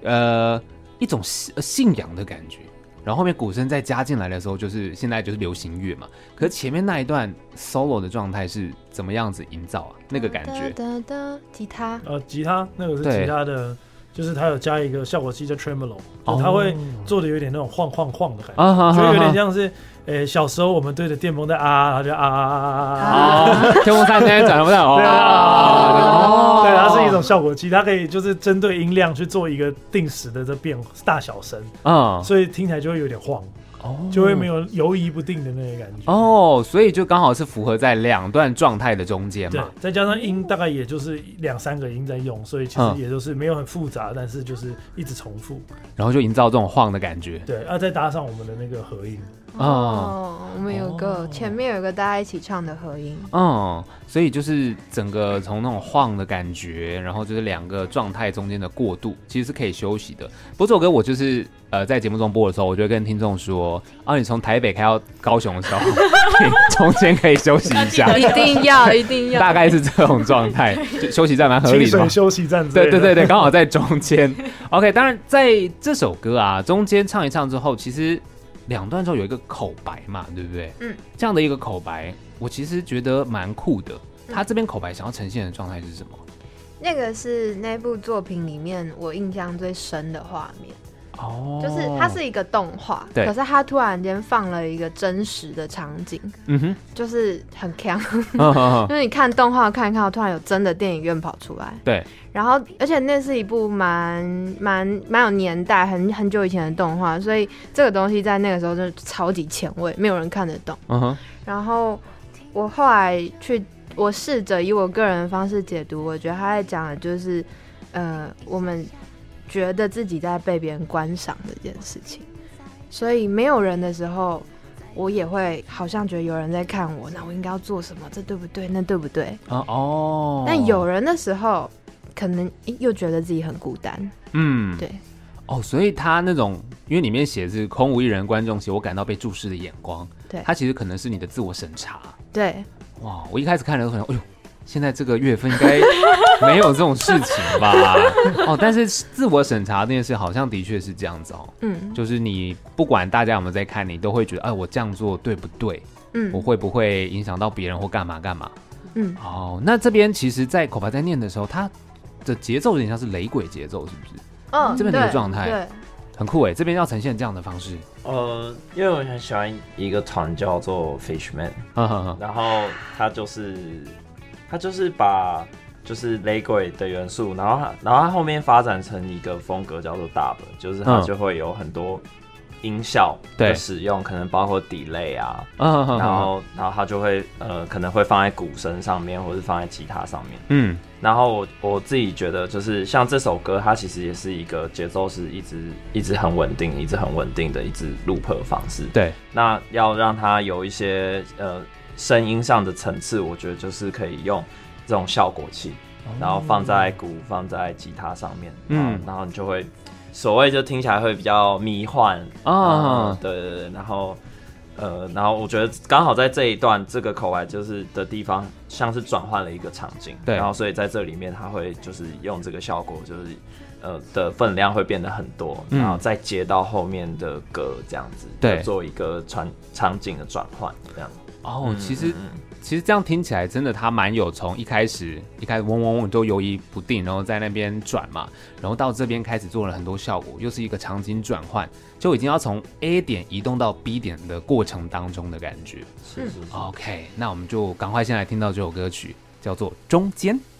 Speaker 1: 呃一种信呃信仰的感觉。然后后面鼓声再加进来的时候，就是现在就是流行乐嘛。可是前面那一段 solo 的状态是怎么样子营造啊？那个感觉
Speaker 2: 哒哒哒，吉他，
Speaker 4: 呃，吉他那个是
Speaker 1: 对
Speaker 4: 吉他的，就是它有加一个效果器叫 tremolo，就它会做的有点那种晃晃晃的感觉，
Speaker 1: 啊哈
Speaker 4: 哦所以有点
Speaker 1: 哈，
Speaker 4: 像是，诶，小时候我们对着电风扇啊，然后就啊啊啊啊啊啊啊，
Speaker 1: 哦，天空三天转不到哦，
Speaker 4: 对啊， 对，它是一种效果器，它可以就是针对音量去做一个定时的这变大小声，
Speaker 1: 嗯，
Speaker 4: 所以听起来就会有点晃，就会没有游移不定的那个感觉。
Speaker 1: 哦，所以就刚好是符合在两段状态的中间
Speaker 4: 对
Speaker 1: 嘛。，
Speaker 4: 再加上音大概也就是两三个音在用，所以其
Speaker 1: 嗯
Speaker 4: 实也就是没有很复杂，但是就是一直重复。
Speaker 1: 然后就营造这种晃的感觉。啊
Speaker 4: 对，啊，再搭上我们的那个合音，
Speaker 2: 哦，我们有个
Speaker 1: 哦
Speaker 2: 前面有个大家一起唱的合音，
Speaker 1: 嗯，所以就是整个从那种晃的感觉，然后就是两个状态中间的过渡，其实是可以休息的。不过这首歌我就是呃在节目中播的时候，我就会跟听众说，啊，你从台北开到高雄的时候， 你中间可以休息一 下，
Speaker 2: 一定要 一定要，
Speaker 1: 大概是这种状态，就休息站蛮合
Speaker 4: 清
Speaker 1: 理的嘛
Speaker 4: 水。休息站之 类
Speaker 1: 对
Speaker 4: 的。
Speaker 1: 对对对，刚好在中间。OK，当 然在这首歌啊中间唱一唱之后，其实两段之后有一个口白嘛，对不对？
Speaker 2: 嗯，
Speaker 1: 这样的一个口白，我其实觉得蛮酷的。他这边口白想要呈现的状态是什么？
Speaker 2: 那个是那部作品里面我印象最深的画面，
Speaker 1: 哦
Speaker 2: 就是它是一个动画，
Speaker 1: 对
Speaker 2: 可是它突然间放了一个真实的场景，
Speaker 1: 嗯
Speaker 2: 就是很强，
Speaker 1: 哼，嗯嗯
Speaker 2: 就是你看动画看一看，突然有真的电影院跑出来，
Speaker 1: 对，
Speaker 2: 然后而且那是一部蛮蛮蛮有年代，很很久以前的动画，所以这个东西在那个时候就是超级前卫，没有人看得懂。
Speaker 1: 嗯哼，
Speaker 2: 然后我后来去，我试着以我个人的方式解读，我觉得他在讲的就是，呃，我们觉得自己在被别人观赏这件事情，所以没有人的时候，我也会好像觉得有人在看我，那我应该要做什么？这对不对？那对不对？
Speaker 1: 啊哦，
Speaker 2: 但有人的时候，可能诶又觉得自己很孤单，
Speaker 1: 嗯
Speaker 2: 对。
Speaker 1: 哦，所以他那种，因为里面写的是空无一人，观众席我感到被注视的眼光，
Speaker 2: 对
Speaker 1: 他其实可能是你的自我审查，
Speaker 2: 对，
Speaker 1: 哇，我一开始看的时候，哎呦，现在这个月份应该没有这种事情吧？哦，但是自我审查这件事好像的确是这样子哦，
Speaker 2: 嗯
Speaker 1: 就是你不管大家有没有在看，你都会觉得，哎，我这样做对不对？我
Speaker 2: 嗯
Speaker 1: 会不会影响到别人或干嘛干嘛？
Speaker 2: 嗯，
Speaker 1: 哦，那这边其实，在口白在念的时候，它的节奏有点像是雷鬼节奏，是不是？
Speaker 2: 哦
Speaker 1: 这边的一个
Speaker 2: 对
Speaker 1: 状态
Speaker 2: 对，
Speaker 1: 很酷哎，这边要呈现这样的方式，
Speaker 5: 呃，因为我很喜欢一个团叫做 Fishman，
Speaker 1: 哈哈哈，
Speaker 5: 然后他就是他就是把就是雷鬼的元素，然后他然后他后面发展成一个风格叫做 dub，就是他
Speaker 1: 嗯
Speaker 5: 就会有很多音效
Speaker 1: 对
Speaker 5: 的使用，可能包括 delay 啊，
Speaker 1: 嗯哼
Speaker 5: 然后然后他就会呃可能会放在鼓声上面，或是放在吉他上面。
Speaker 1: 嗯
Speaker 5: 然后我我自己觉得，就是像这首歌，它其实也是一个节奏是一直一直很稳定，一直很稳定的一支 loop 的方式。
Speaker 1: 对，
Speaker 5: 那要让它有一些呃声音上的层次，我觉得就是可以用这种效果器，然后放在鼓、放在吉他上面，
Speaker 1: 哦嗯
Speaker 5: 嗯，然后你就会所谓就听起来会比较迷幻
Speaker 1: 啊
Speaker 5: 啊，对对对，然后。呃，然后我觉得刚好在这一段这个口白就是的地方，像是转换了一个场景，
Speaker 1: 对
Speaker 5: 然后所以在这里面它会就是用这个效果，就是呃的分量会变得很多，
Speaker 1: 嗯
Speaker 5: 然后再接到后面的歌这样子，
Speaker 1: 对
Speaker 5: 就做一个场场景的转换这样。
Speaker 1: 哦，
Speaker 5: 嗯
Speaker 1: 其实
Speaker 5: 嗯
Speaker 1: 其实这样听起来，真的他蛮有从一开始一开始嗡嗡嗡都游移不定，然后在那边转嘛，然后到这边开始做了很多效果，又是一个场景转换，就已经要从 A 点移动到 B 点的过程当中的感觉。
Speaker 5: 是是
Speaker 2: 哦
Speaker 5: 是，
Speaker 1: OK，那我们就赶快先来听到这首歌曲，叫做《中间》。
Speaker 6: 「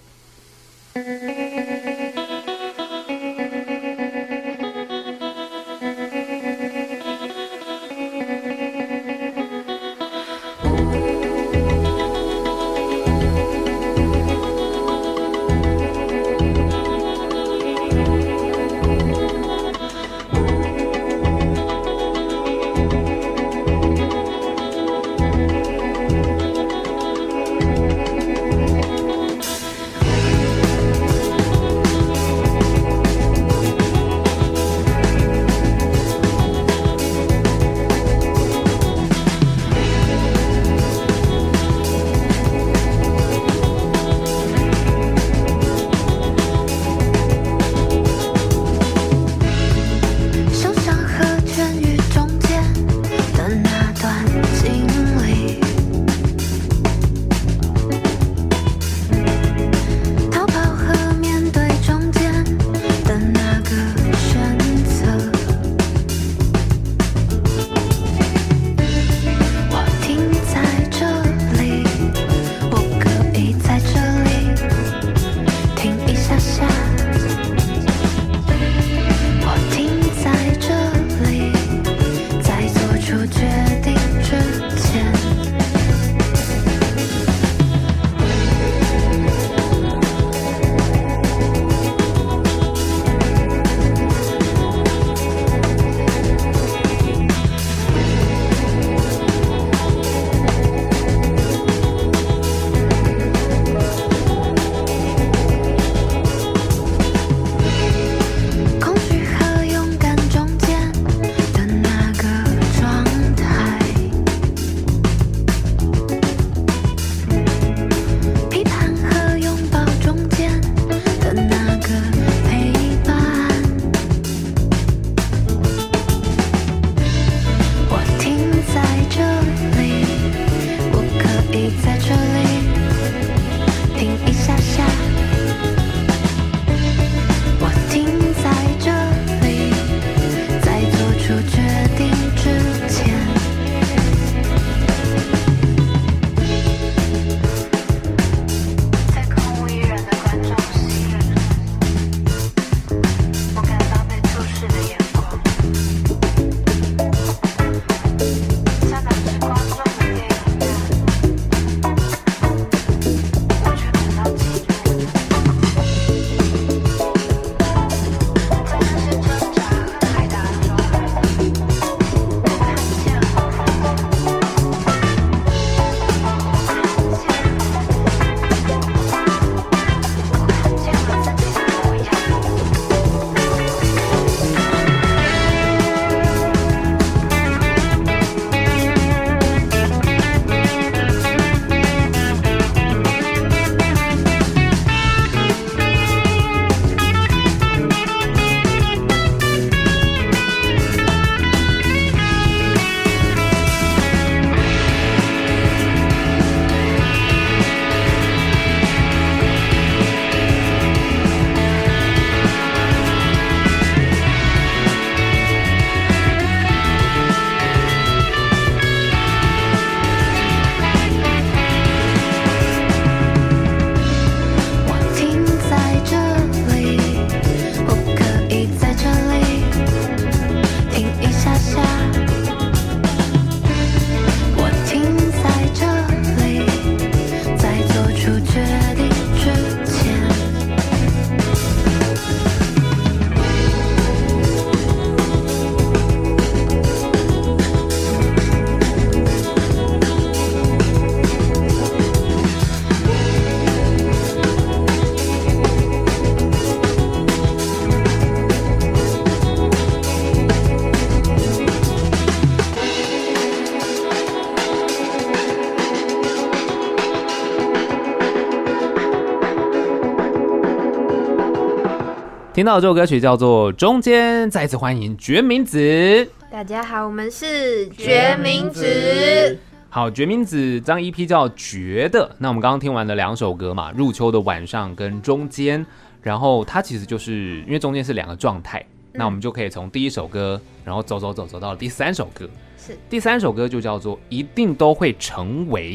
Speaker 1: 听到这首歌曲叫做《中间》，再次欢迎决明子。
Speaker 2: 大家好，我们是决明子。
Speaker 1: 好，决明子张 EP 叫《觉得》，那我们刚刚听完了两首歌嘛，《入秋的晚上》跟《中间》，然后它其实就是因为中间是两个状态，
Speaker 2: 嗯
Speaker 1: 那我们就可以从第一首歌，然后走走走走到第三首歌，
Speaker 2: 是
Speaker 1: 第三首歌就叫做《一定都会成为》，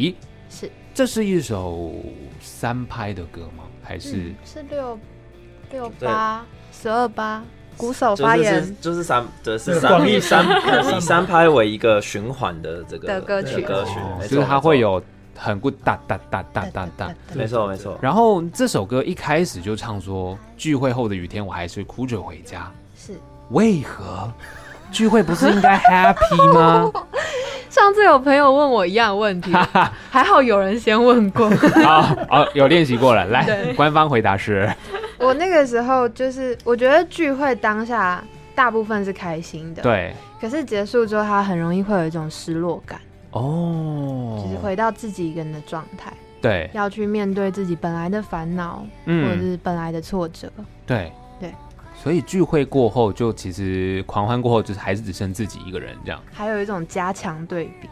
Speaker 2: 是
Speaker 1: 这是一首三拍的歌吗？还是
Speaker 2: 嗯是六六
Speaker 5: 对
Speaker 2: 八十二八，鼓手
Speaker 5: 就
Speaker 2: 发
Speaker 5: 是
Speaker 2: 言
Speaker 5: 是就是三，就是
Speaker 4: 对
Speaker 5: 三
Speaker 4: 广义
Speaker 5: 以三
Speaker 4: 三
Speaker 5: 以 三拍为一个循环的这个
Speaker 2: 的歌曲
Speaker 5: 歌曲
Speaker 1: 哦，
Speaker 5: 没错
Speaker 1: 就是它会。
Speaker 5: 没错
Speaker 1: 有很咕哒哒哒哒哒哒。
Speaker 5: 没错没错，
Speaker 1: 然后这首歌一开始就唱说，聚会后的雨天，我还是哭着回家。
Speaker 2: 是。
Speaker 1: 为何？聚会不是应该 happy 吗？
Speaker 2: 上次有朋友问我一样的问题，还好有人先问过。
Speaker 1: 好，哦，有练习过了。来，
Speaker 2: 对
Speaker 1: 官方回答是
Speaker 2: 我那个时候就是，我觉得聚会当下大部分是开心的，。
Speaker 1: 对
Speaker 2: 可是结束之后，他很容易会有一种失落感，
Speaker 1: 哦
Speaker 2: 就是回到自己一个人的状态，
Speaker 1: 对，
Speaker 2: 要去面对自己本来的烦恼，或者
Speaker 1: 嗯，
Speaker 2: 是本来的挫折。
Speaker 1: 对
Speaker 2: 对。
Speaker 1: 所以聚会过后，就其实狂欢过后，就是还是只剩自己一个人这样。
Speaker 2: 还有一种加强对比，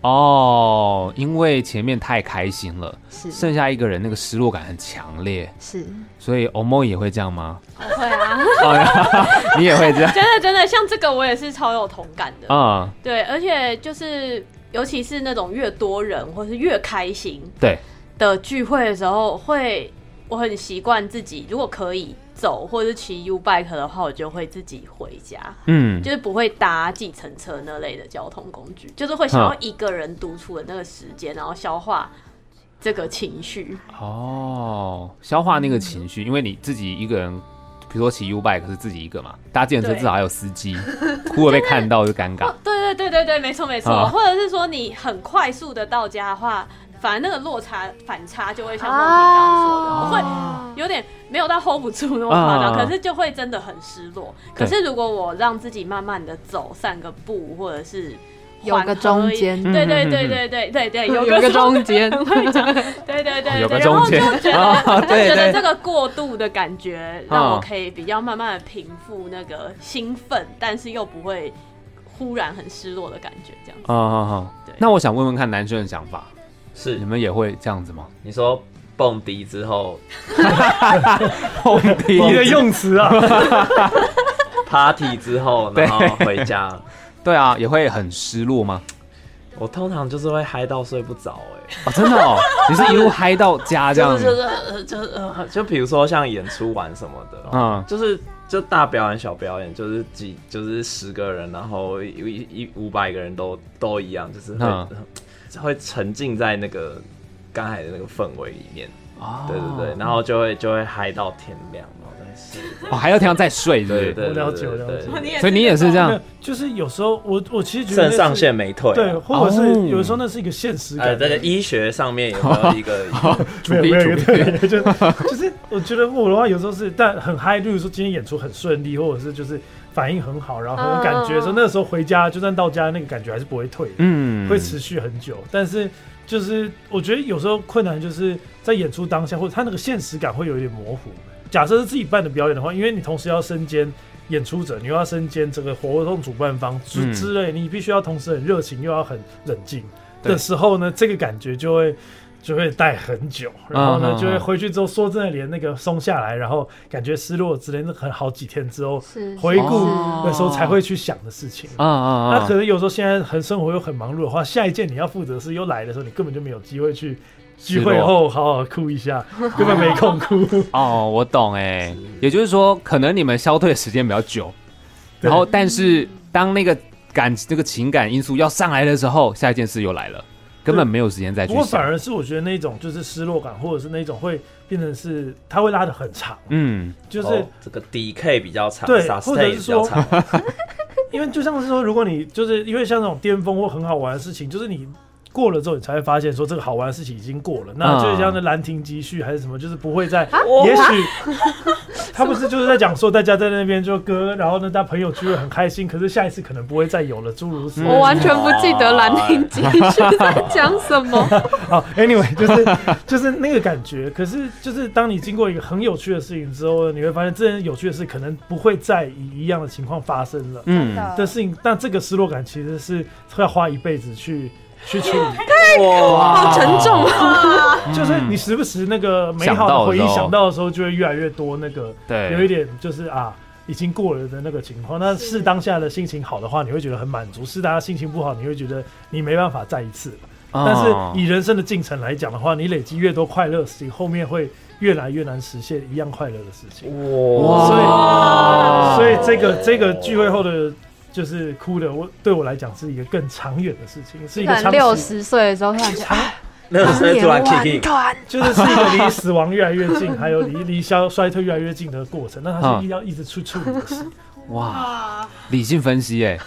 Speaker 1: 哦，因为前面太开心了，
Speaker 2: 是
Speaker 1: 剩下一个人那个失落感很强烈，
Speaker 2: 是，
Speaker 1: 所以 OMO 也会这样吗？
Speaker 3: 会啊，
Speaker 1: 你也会这 样
Speaker 3: 真的真的，像这个我也是超有同感的。
Speaker 1: 啊、嗯？
Speaker 3: 对，而且就是尤其是那种越多人或是越开心
Speaker 1: 对，
Speaker 3: 的聚会的时候，会我很习惯自己，如果可以走或是骑 U bike 的话，我就会自己回家，
Speaker 1: 嗯
Speaker 3: 就，是不会搭计程车那类的交通工具，就是会想要一个人独处的那个时间，然后消化这个情绪。
Speaker 1: 哦，消化那
Speaker 3: 嗯
Speaker 1: 个情绪，因为你自己一个人，比如说骑 U bike 是自己一个嘛，搭自行车
Speaker 3: 对
Speaker 1: 至少还有司 机，哭了被看到就尴尬
Speaker 3: 哦，对对对对对，没错没错，
Speaker 1: 啊
Speaker 3: 或者是说你很快速的到家的话，反而那个落差反差就会像莫婷刚刚说的，
Speaker 2: 啊
Speaker 3: 不会有点没有到 hold 不住那么夸张，
Speaker 1: 哦啊
Speaker 3: 可是就会真的很失落。可
Speaker 1: 对
Speaker 3: 是如果我让自己慢慢的走，散个步，或者是
Speaker 2: 有个
Speaker 3: 缓和
Speaker 2: 中
Speaker 3: 一
Speaker 2: 间
Speaker 3: 对对
Speaker 1: 嗯嗯嗯
Speaker 3: 对
Speaker 1: 嗯
Speaker 3: 对对 对对，
Speaker 2: 有
Speaker 3: 有个
Speaker 2: 个中间，
Speaker 3: 对对对
Speaker 1: 哦有个
Speaker 3: 对，然
Speaker 1: 中
Speaker 3: 后就
Speaker 1: 间
Speaker 3: 觉得
Speaker 1: 啊，
Speaker 3: 就觉
Speaker 1: 对哦
Speaker 3: 得
Speaker 1: 对
Speaker 3: 这个过度的感觉，让我可以比较慢慢的平复那个兴奋，但是又不会忽然很失落的感觉，这样子。
Speaker 1: 啊啊啊
Speaker 3: 对！
Speaker 1: 那我想问问看男生的想法，
Speaker 5: 是
Speaker 1: 你们也会这样子 吗？
Speaker 5: 你说蹦迪之后
Speaker 1: 蹦迪
Speaker 4: 你的用词啊，
Speaker 5: ，party 之 后，然后回家，
Speaker 1: 对啊，也会很失落吗？
Speaker 5: 我通常就是会嗨到睡不着，哎，
Speaker 1: 哦，真的 哦，你是一路嗨到家这样
Speaker 5: 就是
Speaker 1: 子，
Speaker 5: 就是就是呃就比如说像演出完什么 的，
Speaker 1: 嗯
Speaker 5: 就是就大表演小表演，就是几就是十个人，然后一一五百个人都都一样，就是会、
Speaker 1: 嗯
Speaker 5: 会沉浸在那个刚才的那个氛围里面，
Speaker 4: 啊
Speaker 1: 哦
Speaker 5: 对对对，然后就会就会嗨到天亮，然后再睡，
Speaker 1: 哦还要这样再睡，是不
Speaker 5: 对
Speaker 1: 是？
Speaker 5: 对
Speaker 4: 嗯我
Speaker 5: 对
Speaker 4: 了
Speaker 5: 对
Speaker 4: 解我了
Speaker 5: 对
Speaker 4: 解
Speaker 5: 对对
Speaker 1: 所以你也是这
Speaker 4: 没
Speaker 1: 样
Speaker 4: 有，就是有时候我我其实觉得那
Speaker 5: 肾
Speaker 4: 是
Speaker 5: 上腺没退、啊，
Speaker 4: 对，或者
Speaker 1: 哦
Speaker 4: 是有时候那是一个现实
Speaker 5: 呃，
Speaker 4: 感。
Speaker 5: 这个医学上面有没有 一个
Speaker 1: 主
Speaker 4: 没有
Speaker 1: 力
Speaker 4: 没有
Speaker 1: 主
Speaker 4: 一个
Speaker 1: 力，
Speaker 4: 对，就 就是我觉得我的话有时候是，但很嗨，例如说今天演出很顺利，或者是就是反应很好，然后很有感觉的时候，
Speaker 2: 嗯
Speaker 4: 那时候回家就算到家那个感觉还是不会退的。
Speaker 1: 嗯
Speaker 4: 会持续很久。但是就是我觉得有时候困难就是在演出当下，或者他那个现实感会有一点模糊。假设是自己办的表演的话，因为你同时要身兼演出者，你又要身兼这个活动主办方
Speaker 1: 嗯
Speaker 4: 之之类，你必须要同时很热情又要很冷静
Speaker 1: 对
Speaker 4: 的时候呢，这个感觉就会。就会带很久，然后
Speaker 1: 嗯
Speaker 4: 呢
Speaker 1: 嗯，嗯
Speaker 4: 就会回去之后，说真的，连那个松下来，然后感觉失落之类，那很好几天之后
Speaker 2: 是
Speaker 4: 回顾
Speaker 1: 哦
Speaker 4: 的时候才会去想的事情。
Speaker 1: 啊啊
Speaker 4: 那
Speaker 1: 啊
Speaker 4: 可！能有时候现在很生活又很忙碌的话，下一件你要负责的事又来的时候，你根本就没有机会去聚会后好好哭一 下，根本没空哭。
Speaker 1: 哦，我懂哎，也就是说，可能你们消退的时间比较久，然后但是当那个感这个情感因素要上来的时候，下一件事又来了，根本没有时间再去
Speaker 4: 不过
Speaker 1: 想
Speaker 4: 反。而是我觉得那种就是失落感，或者是那种会变成是它会拉得很长，
Speaker 1: 嗯，
Speaker 4: 就是、
Speaker 5: 哦这个 DK 比较长，
Speaker 4: 对
Speaker 5: sustain
Speaker 4: 或者是
Speaker 5: 比较
Speaker 4: 说
Speaker 5: 长，
Speaker 4: 因为就像是说，如果你就是因为像那种巅峰或很好玩的事情，就是你。过了之后，你才会发现说这个好玩
Speaker 3: 啊
Speaker 4: 的事情已经过了。那就像那兰亭集序还是什么，就是不会再。也许他不是就是在讲说大家在那边就歌，然后呢，大家朋友聚会很开心，可是下一次可能不会再有了，诸如此类。
Speaker 3: 我完 全不记得兰亭集序在讲什么。
Speaker 4: 好，anyway，就是就是那个感觉。可是就是当你经过一个很有趣的事情之后呢，你会发现这件有趣的事可能不会再以一样的情况发生了。
Speaker 1: 嗯，
Speaker 4: 的事情，但这个失落感其实是要花一辈子去 去处理。
Speaker 5: 哇，
Speaker 3: 好沉
Speaker 1: 哦
Speaker 3: 重啊！
Speaker 4: 就是你时不时那个美好的回忆嗯想到的时候，就会越来越多那个
Speaker 1: 对，
Speaker 4: 有一点就是啊，已经过了的那个情况。那是当下的心情好的话，你会觉得很满足；是大家心情不好，你会觉得你没办法再一次。
Speaker 1: 哦
Speaker 4: 但是以人生的进程来讲的话，你累积越多快乐的事情，后面会越来越难实现一样快乐的事情。
Speaker 1: 哦
Speaker 5: 哇，
Speaker 4: 所以
Speaker 1: 哇
Speaker 4: 所以这个这个聚会后的。就是哭的，我对我来讲是一个更长远的事情，是一个
Speaker 2: 可能
Speaker 4: 长
Speaker 2: 六
Speaker 4: 期
Speaker 2: 十岁的时候，突然觉得
Speaker 4: 长
Speaker 2: 啊
Speaker 5: 那个时候突然 kick in，
Speaker 2: 团，
Speaker 4: 就是是一个离死亡越来越近，还有离离消衰退越来越近的过程。那
Speaker 1: 啊
Speaker 4: 它是要一直去处理的事。
Speaker 1: 哇，
Speaker 3: 啊，
Speaker 1: 理性分析，哎，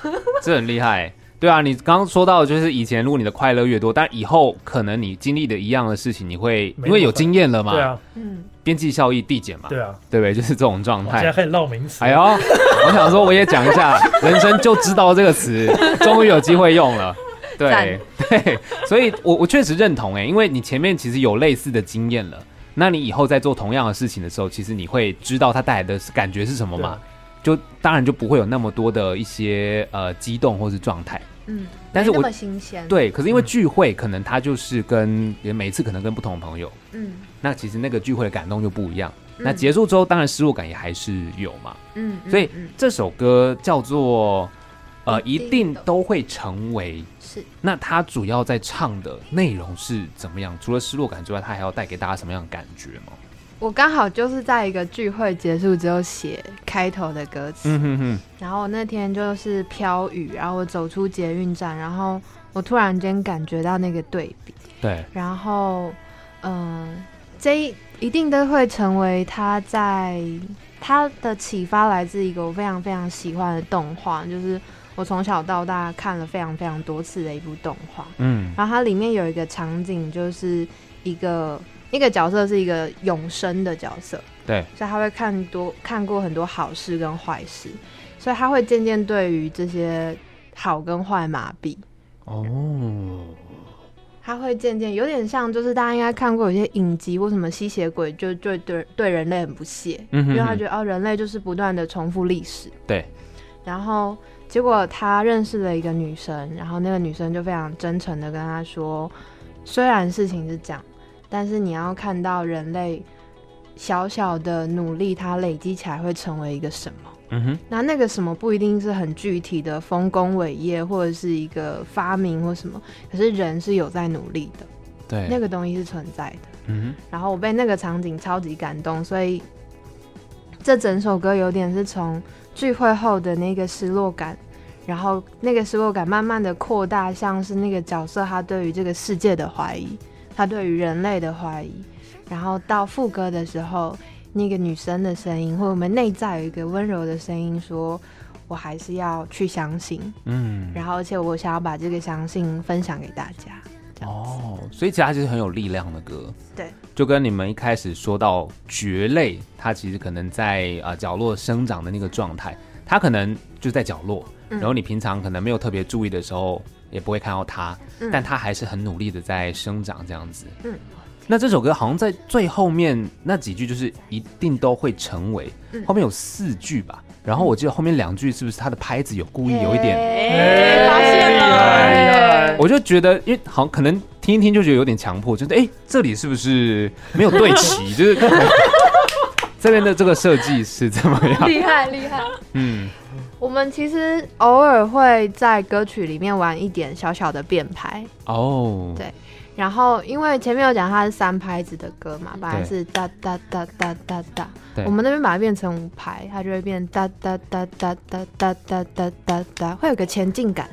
Speaker 1: 这很厉害。对啊，你刚刚说到，就是以前如果你的快乐越多，但以后可能你经历的一样的事情，你会
Speaker 4: 没
Speaker 1: 因为
Speaker 4: 那么
Speaker 1: 有经验了嘛，
Speaker 4: 对，啊，
Speaker 2: 嗯，
Speaker 1: 边际效益递减嘛，
Speaker 4: 对啊，
Speaker 1: 对不对？就是这种状
Speaker 4: 我
Speaker 1: 态
Speaker 4: 现在。开始唠名词
Speaker 1: 哎。呦，我想说我也讲一下，人生就知道这个 词，终于有机会用了。对
Speaker 2: 赞
Speaker 1: 对，所以我我确实认同哎、因为你前面其实有类似的经验了，那你以后在做同样的事情的时候，其实你会知道它带来的感觉是什么嘛，就当然就不会有那么多的一些呃激动或是状态。
Speaker 2: 嗯，
Speaker 1: 但是
Speaker 2: 没那
Speaker 1: 我
Speaker 2: 么新鲜，，
Speaker 1: 对，可是因为
Speaker 4: 嗯
Speaker 1: 聚会，可能它就是跟也每次可能跟不同的朋友，
Speaker 2: 嗯
Speaker 1: 那其实那个聚会的感动就不一样。那
Speaker 2: 嗯
Speaker 1: 结束之后，当然失落感也还是有嘛。
Speaker 2: 嗯，嗯
Speaker 1: 所以
Speaker 2: 嗯
Speaker 1: 这首歌叫做呃，
Speaker 2: 一
Speaker 1: 一
Speaker 2: 定
Speaker 1: 定
Speaker 2: 的
Speaker 1: 都会成为。
Speaker 2: 是
Speaker 1: 那它主要在唱的内容是怎么样？除了失落感之外，它还要带给大家什么样的感觉吗？
Speaker 2: 我刚好就是在一个聚会结束之后写开头的歌词，
Speaker 1: 嗯哼哼，
Speaker 2: 然后那天就是飘雨，然后我走出捷运站，然后我突然间感觉到那个对比，
Speaker 1: 对，
Speaker 2: 然后，嗯、这一一定都会成为他在他的启发来自一个我非常非常喜欢的动画，就是我从小到大看了非常非常多次的一部动画。
Speaker 1: 嗯，
Speaker 2: 然后它里面有一个场景，就是一个那个角色是一个永生的角色，
Speaker 1: 对，
Speaker 2: 所以他会看多看过很多好事跟坏事，所以他会渐渐对于这些好跟坏麻痹。
Speaker 1: 哦，
Speaker 2: 它会渐渐有点像，就是大家应该看过有些影集或什么吸血鬼就，就对对人类很不屑，
Speaker 1: 嗯
Speaker 2: 因为他觉得哦，人类就是不断的重复历史。
Speaker 1: 对。
Speaker 2: 然后结果他认识了一个女生，然后那个女生就非常真诚的跟他说，虽然事情是这样，但是你要看到人类小小的努力，它累积起来会成为一个什么。
Speaker 1: 嗯哼，
Speaker 2: 那那个什么不一定是很具体的丰功伟业，或者是一个发明或什么，可是人是有在努力的，
Speaker 1: 对，
Speaker 2: 那个东西是存在的。
Speaker 1: 嗯
Speaker 2: 然后我被那个场景超级感动，所以这整首歌有点是从聚会后的那个失落感，然后那个失落感慢慢的扩大，像是那个角色他对于这个世界的怀疑，他对于人类的怀疑，然后到副歌的时候，那个女生的声音，或我们内在有一个温柔的声音说。我还是要去相信，
Speaker 1: 嗯，
Speaker 2: 然后而且我想要把这个相信分享给大家。
Speaker 1: 哦，所以其实它其实很有力量的歌。
Speaker 2: 对，
Speaker 1: 就跟你们一开始说到蕨类，它其实可能在呃角落生长的那个状态，它可能就在角落，
Speaker 2: 嗯
Speaker 1: 然后你平常可能没有特别注意的时候，也不会看到它，
Speaker 2: 嗯
Speaker 1: 但它还是很努力的在生长这样子。
Speaker 2: 嗯，
Speaker 1: 那这首歌好像在最后面那几句就是一定都会成为，
Speaker 2: 嗯
Speaker 1: 后面有四句吧，然后我记得后面两句是不是它的拍子有故意有一点？
Speaker 3: 哎，发现了，
Speaker 1: 哎
Speaker 4: 厉害
Speaker 1: 我就觉得，因为好像可能听一听就觉得有点强迫，就是哎、诶这里是不是没有对齐？ 就是这边的这个设计是怎么样？
Speaker 2: 厉害厉害！
Speaker 1: 嗯，
Speaker 2: 我们其实偶尔会在歌曲里面玩一点小小的变拍，
Speaker 1: 哦，
Speaker 2: 对然后因为前面有讲它是三拍子的歌嘛，本来
Speaker 1: 对
Speaker 2: 是哒哒哒哒哒哒
Speaker 1: 对，
Speaker 2: 我们那边把它变成五拍，它就会变哒哒哒哒哒哒哒哒哒哒，会有个前进感。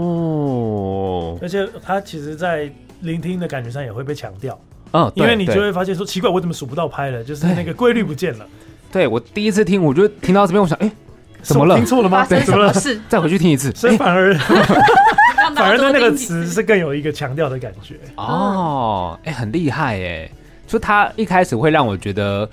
Speaker 1: 哦，
Speaker 4: 而且它其实，在聆听的感觉上也会被强调，
Speaker 1: 嗯，
Speaker 4: 因
Speaker 1: 对
Speaker 4: 为你就
Speaker 1: 对
Speaker 4: 会发现说奇怪，我怎么数不到拍了？就是那个规律不见了，
Speaker 1: 对我第一次听，我就听到这边，我想，哎、 怎么了
Speaker 4: 是我听错了吗？
Speaker 2: 发生
Speaker 4: 怎
Speaker 2: 什
Speaker 4: 么
Speaker 2: 么
Speaker 4: 了？
Speaker 2: 事？
Speaker 1: 再回去听一次，
Speaker 4: 所以
Speaker 1: 诶
Speaker 4: 反而反
Speaker 3: 让大家
Speaker 4: 而
Speaker 3: 多
Speaker 4: 对那个
Speaker 3: 听几
Speaker 4: 词
Speaker 3: 次
Speaker 4: 是更有一个强调的感觉。
Speaker 1: 哦哦，哎、很厉害哎，就他一开始会让我觉得，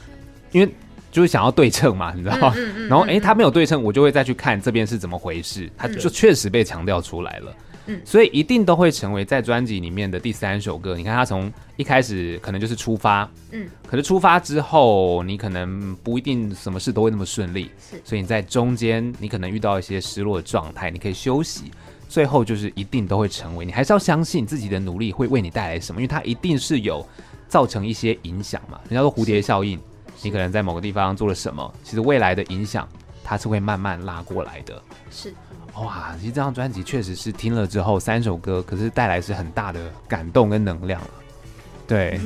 Speaker 1: 因为就是想要对称嘛，你知道吗？
Speaker 2: 嗯嗯
Speaker 1: 然后哎诶，他没有对称，我就会再去看这边是怎么回事，他就确实被强调出来了。
Speaker 2: 嗯
Speaker 1: 所以一定都会成为在专辑里面的第三首歌。你看，他从一开始可能就是出发，
Speaker 2: 嗯，
Speaker 1: 可是出发之后，你可能不一定什么事都会那么顺利，
Speaker 2: 是
Speaker 1: 所以你在中间，你可能遇到一些失落的状态，你可以休息。最后就是一定都会成为，你还是要相信自己的努力会为你带来什么，因为它一定是有造成一些影响嘛。人家说蝴蝶效应，你可能在某个地方做了什么，其实未来的影响它是会慢慢拉过来的。
Speaker 2: 是
Speaker 1: 哇，其实这张专辑确实是听了之后三首歌，可是带来是很大的感动跟能量啊 对，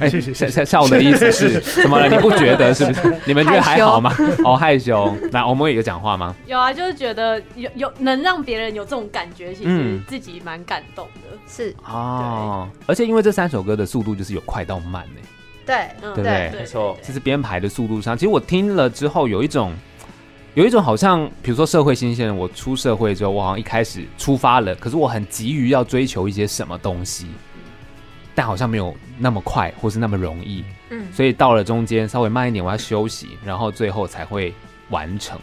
Speaker 1: 哎，
Speaker 4: 谢谢
Speaker 1: 笑笑笑的意思是什么呢？你不觉得是不是？你们觉得还好吗？哦，害羞。那我们有讲话吗？
Speaker 3: 有啊，就是觉得有有能让别人有这种感觉，其实
Speaker 1: 嗯
Speaker 3: 自己蛮感动的。
Speaker 2: 是，
Speaker 1: 哦，而且因为这三首歌的速度就是有快到慢呢、
Speaker 2: 对，
Speaker 3: 嗯，
Speaker 1: 对不对
Speaker 3: 对，
Speaker 5: 没错
Speaker 1: 就是编排的速度上，其实我听了之后有一种，有一种好像，比如说社会新鲜人，我出社会之后，我好像一开始出发了，可是我很急于要追求一些什么东西，但好像没有那么快，或是那么容易，
Speaker 2: 嗯，
Speaker 1: 所以到了中间稍微慢一点，我要休息，然后最后才会完成。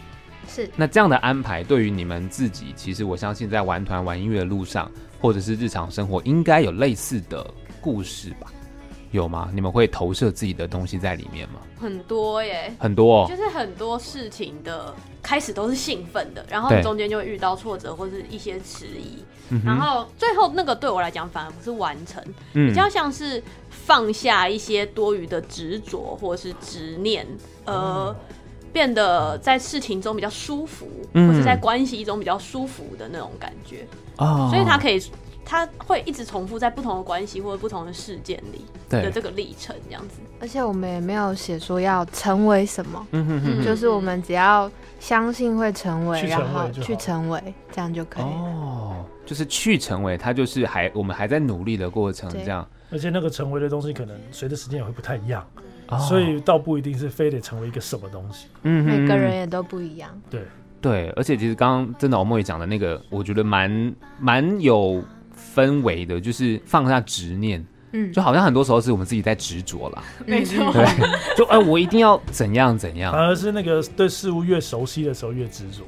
Speaker 2: 是
Speaker 1: 那这样的安排对于你们自己，其实我相信在玩团、玩音乐的路上，或者是日常生活，应该有类似的故事吧？有吗？你们会投射自己的东西在里面吗？
Speaker 3: 很多耶，
Speaker 1: 很多、哦
Speaker 3: 就，是很多事情的开始都是兴奋的，然后
Speaker 1: 对
Speaker 3: 你中间就会遇到挫折或是一些迟疑，
Speaker 1: 嗯
Speaker 3: 然
Speaker 1: 哼，
Speaker 3: 后最后那个对我来讲反而不是完成，
Speaker 1: 嗯
Speaker 3: 比较像是放下一些多余的执着或是执念，
Speaker 1: 哦
Speaker 3: 呃，变得在事情中比较舒服，
Speaker 1: 嗯
Speaker 3: 或是在关系中比较舒服的那种感觉，
Speaker 1: 哦
Speaker 3: 所以他可以。他会一直重复在不同的关系或者不同的事件里
Speaker 1: 对
Speaker 3: 的这个历程，这样子。
Speaker 2: 而且我们也没有写说要成为什么，
Speaker 1: 嗯哼哼
Speaker 3: 嗯
Speaker 2: 就是我们只要相信会成为，
Speaker 4: 去成为
Speaker 2: 然后
Speaker 4: 就好
Speaker 2: 去成为，这样
Speaker 3: 嗯
Speaker 2: 就可以了。
Speaker 1: 哦，就是去成为他，就是还我们还在努力的过程，
Speaker 2: 对
Speaker 1: 这样，
Speaker 4: 而且那个成为的东西，可能随着时间也会不太一样，
Speaker 1: 哦
Speaker 4: 所以倒不一定是非得成为一个什么东西。
Speaker 1: 嗯哼
Speaker 2: 每个人也都不一样，
Speaker 4: 对，
Speaker 1: 对，而且其实刚刚真的欧莫也讲的那个，我觉得蛮蛮有氛围的，就是放下执念，
Speaker 2: 嗯，
Speaker 1: 就好像很多时候是我们自己在执着啦，
Speaker 3: 没错
Speaker 1: 对，就哎、我一定要怎样怎样
Speaker 4: 反，而是那个对事物越熟悉的时候越执着，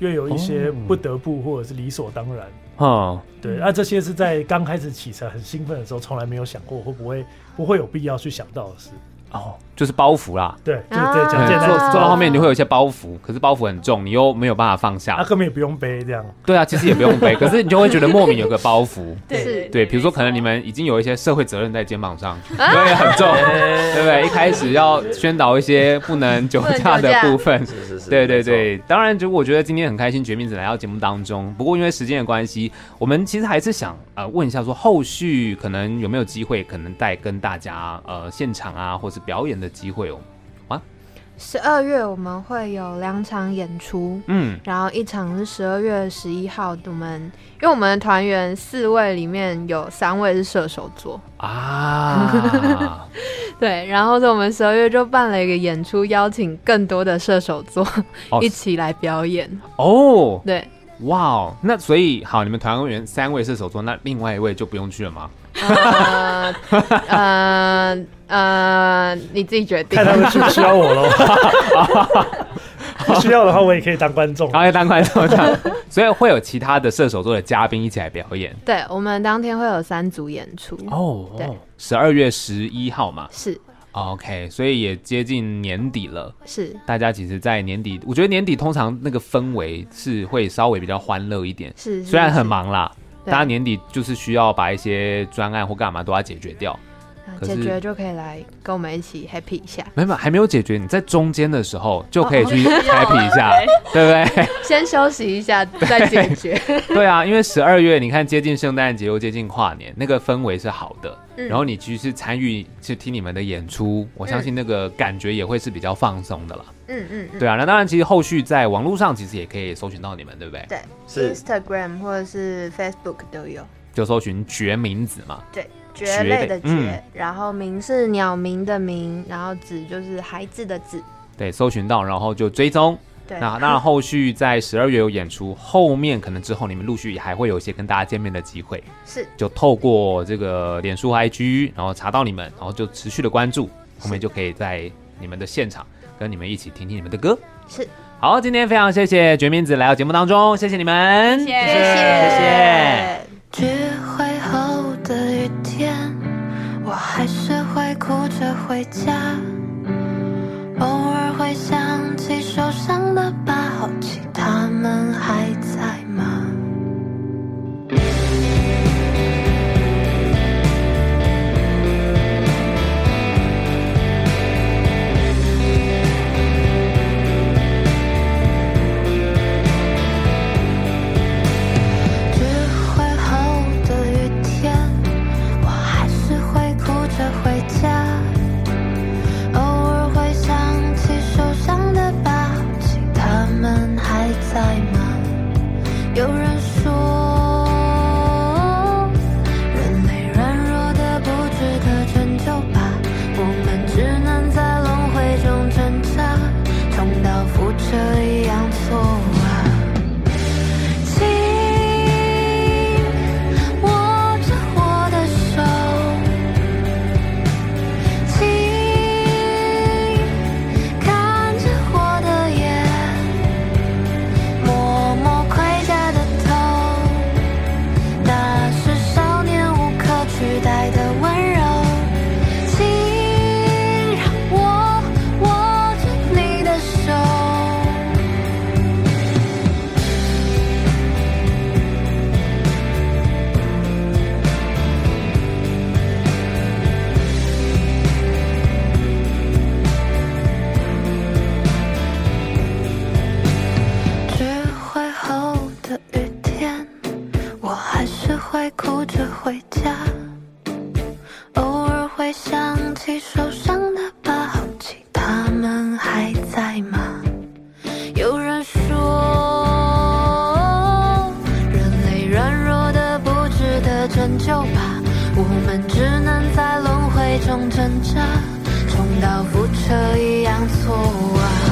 Speaker 4: 越有一些
Speaker 1: 哦
Speaker 4: 不得不或者是理所当然。
Speaker 1: 哦，
Speaker 4: 对，那、这些是在刚开始启程很兴奋的时候，从来没有想过会不会不会有必要去想到的事。
Speaker 1: 哦，就是包袱啦。
Speaker 4: 对，就是
Speaker 2: 啊
Speaker 4: 这
Speaker 1: 对
Speaker 4: 讲简
Speaker 1: 哎做
Speaker 4: 单
Speaker 2: 啊
Speaker 1: 做到后面你会有一些包袱，可是包袱很重，你又没有办法放
Speaker 4: 他
Speaker 1: 下。
Speaker 4: 啊根本也不用背这样。
Speaker 1: 对啊，其实也不用 背，可是你就会觉得莫名有个包袱。
Speaker 3: 对
Speaker 2: 是
Speaker 1: 对，比如说可能你
Speaker 3: 们。
Speaker 1: 们已经有一些社会责任在肩膀上，所以很重， 对不对？一开始要宣导一些不能酒驾的部分。
Speaker 5: 是 是是，
Speaker 1: 对对
Speaker 5: 没错，
Speaker 1: 对，当然，就我觉得今天很开心，《绝命子》来到节目当中。不过因为时间的关系，我们其实还是想呃问一下，说后续可能有没有机会，可能带跟大家呃现场啊，或是表演的机会哦。
Speaker 2: 十二月我们会有两场演出，
Speaker 1: 嗯，
Speaker 2: 然后一场是十二月十一号，我们因为我们的团员四位里面有三位是射手座，
Speaker 1: 啊，
Speaker 2: 对，然后所以我们十二月就办了一个演出，邀请更多的射手座、
Speaker 1: 哦
Speaker 2: 一起来表演，
Speaker 1: 哦，
Speaker 2: 对，
Speaker 1: 哇哦，那所以好，你们团员三位射手座，那另外一位就不用去了吗？
Speaker 2: 呃呃呃，你自己决定
Speaker 4: 看，他们需不需 要我喽。不 需要的话，我也可以当观众。
Speaker 1: 然后要当观众这 样，所以会有其他的射手座的嘉宾一起来表演
Speaker 2: 对，我们当天会有三组演出，
Speaker 1: 哦
Speaker 2: 对哦，
Speaker 1: 十二月十一号嘛
Speaker 2: 是
Speaker 1: ，OK，所以也接近年底了。
Speaker 2: 是
Speaker 1: 大家其实，在年底，我觉得年底通常那个氛围是会稍微比较欢乐一点，
Speaker 2: 是，
Speaker 1: 虽然
Speaker 2: 是
Speaker 1: 很，忙啦，
Speaker 2: 是
Speaker 1: 大家年底就是需要把一些专案或干嘛都要解决掉。
Speaker 2: 对
Speaker 1: 可
Speaker 2: 解
Speaker 1: 是
Speaker 2: 决就可以来跟我们一起 happy 一下，
Speaker 1: 没有，没有还没有解决，你在中间的时候就可以去
Speaker 3: 哦
Speaker 1: happy 一下，对不对？
Speaker 2: 先休息一下再解 决，
Speaker 1: 对啊，因为十二月你看接近圣诞节又接近跨年，那个氛围是好的，
Speaker 2: 嗯
Speaker 1: 然后你去是参与去听你们的演出，我相信那个感觉也会是比较放松的啦。
Speaker 2: 嗯嗯嗯。
Speaker 1: 对啊，那当然，其实后续在网络上其实也可以搜寻到你们，对不对？
Speaker 2: 对
Speaker 5: 是
Speaker 2: ，Instagram 或者是 Facebook 都有。
Speaker 1: 就搜寻决明子嘛。
Speaker 2: 对，
Speaker 1: 蕨
Speaker 2: 蕨类
Speaker 1: 类
Speaker 2: 的蕨，
Speaker 1: 嗯
Speaker 2: 然后鸣是鸟鸣的鸣，然后子就是孩子的子。
Speaker 1: 对，搜寻到，然后就追踪。
Speaker 2: 对，
Speaker 1: 那那后续在十二月有演出，后面可能之后你们陆续也还会有一些跟大家见面的机会，
Speaker 2: 是
Speaker 1: 就透过这个脸书、IG，然后查到你们，然后就持续的关注，后面就可以在你们的现场跟你们一起听听你们的歌。
Speaker 2: 是，
Speaker 1: 好，今天非常谢谢决明子来到节目当中，谢谢你们，
Speaker 3: 谢谢
Speaker 2: 谢谢。
Speaker 6: 聚会后的雨天，我还是会哭着回家，偶尔会想起受伤的疤，好奇他们还在吗？聚会后的雨天，我还是会哭着回家，偶尔会想起受伤的疤，其他们还在吗？有人说，人类软弱的不值得拯救吧，我们只能在轮回中挣扎，重蹈覆辙一样错啊。请握着我的手，请看着我的眼，摸摸盔甲的头，那是少年无可取代的温柔。请让我握着你的手。聚会后的雨天，我还是会哭着回家，偶尔会想起受伤的疤，好奇他们还在吗？有人说，人类软弱的不值得拯救吧，我们只能在轮回中挣扎，重蹈覆辙一样错啊。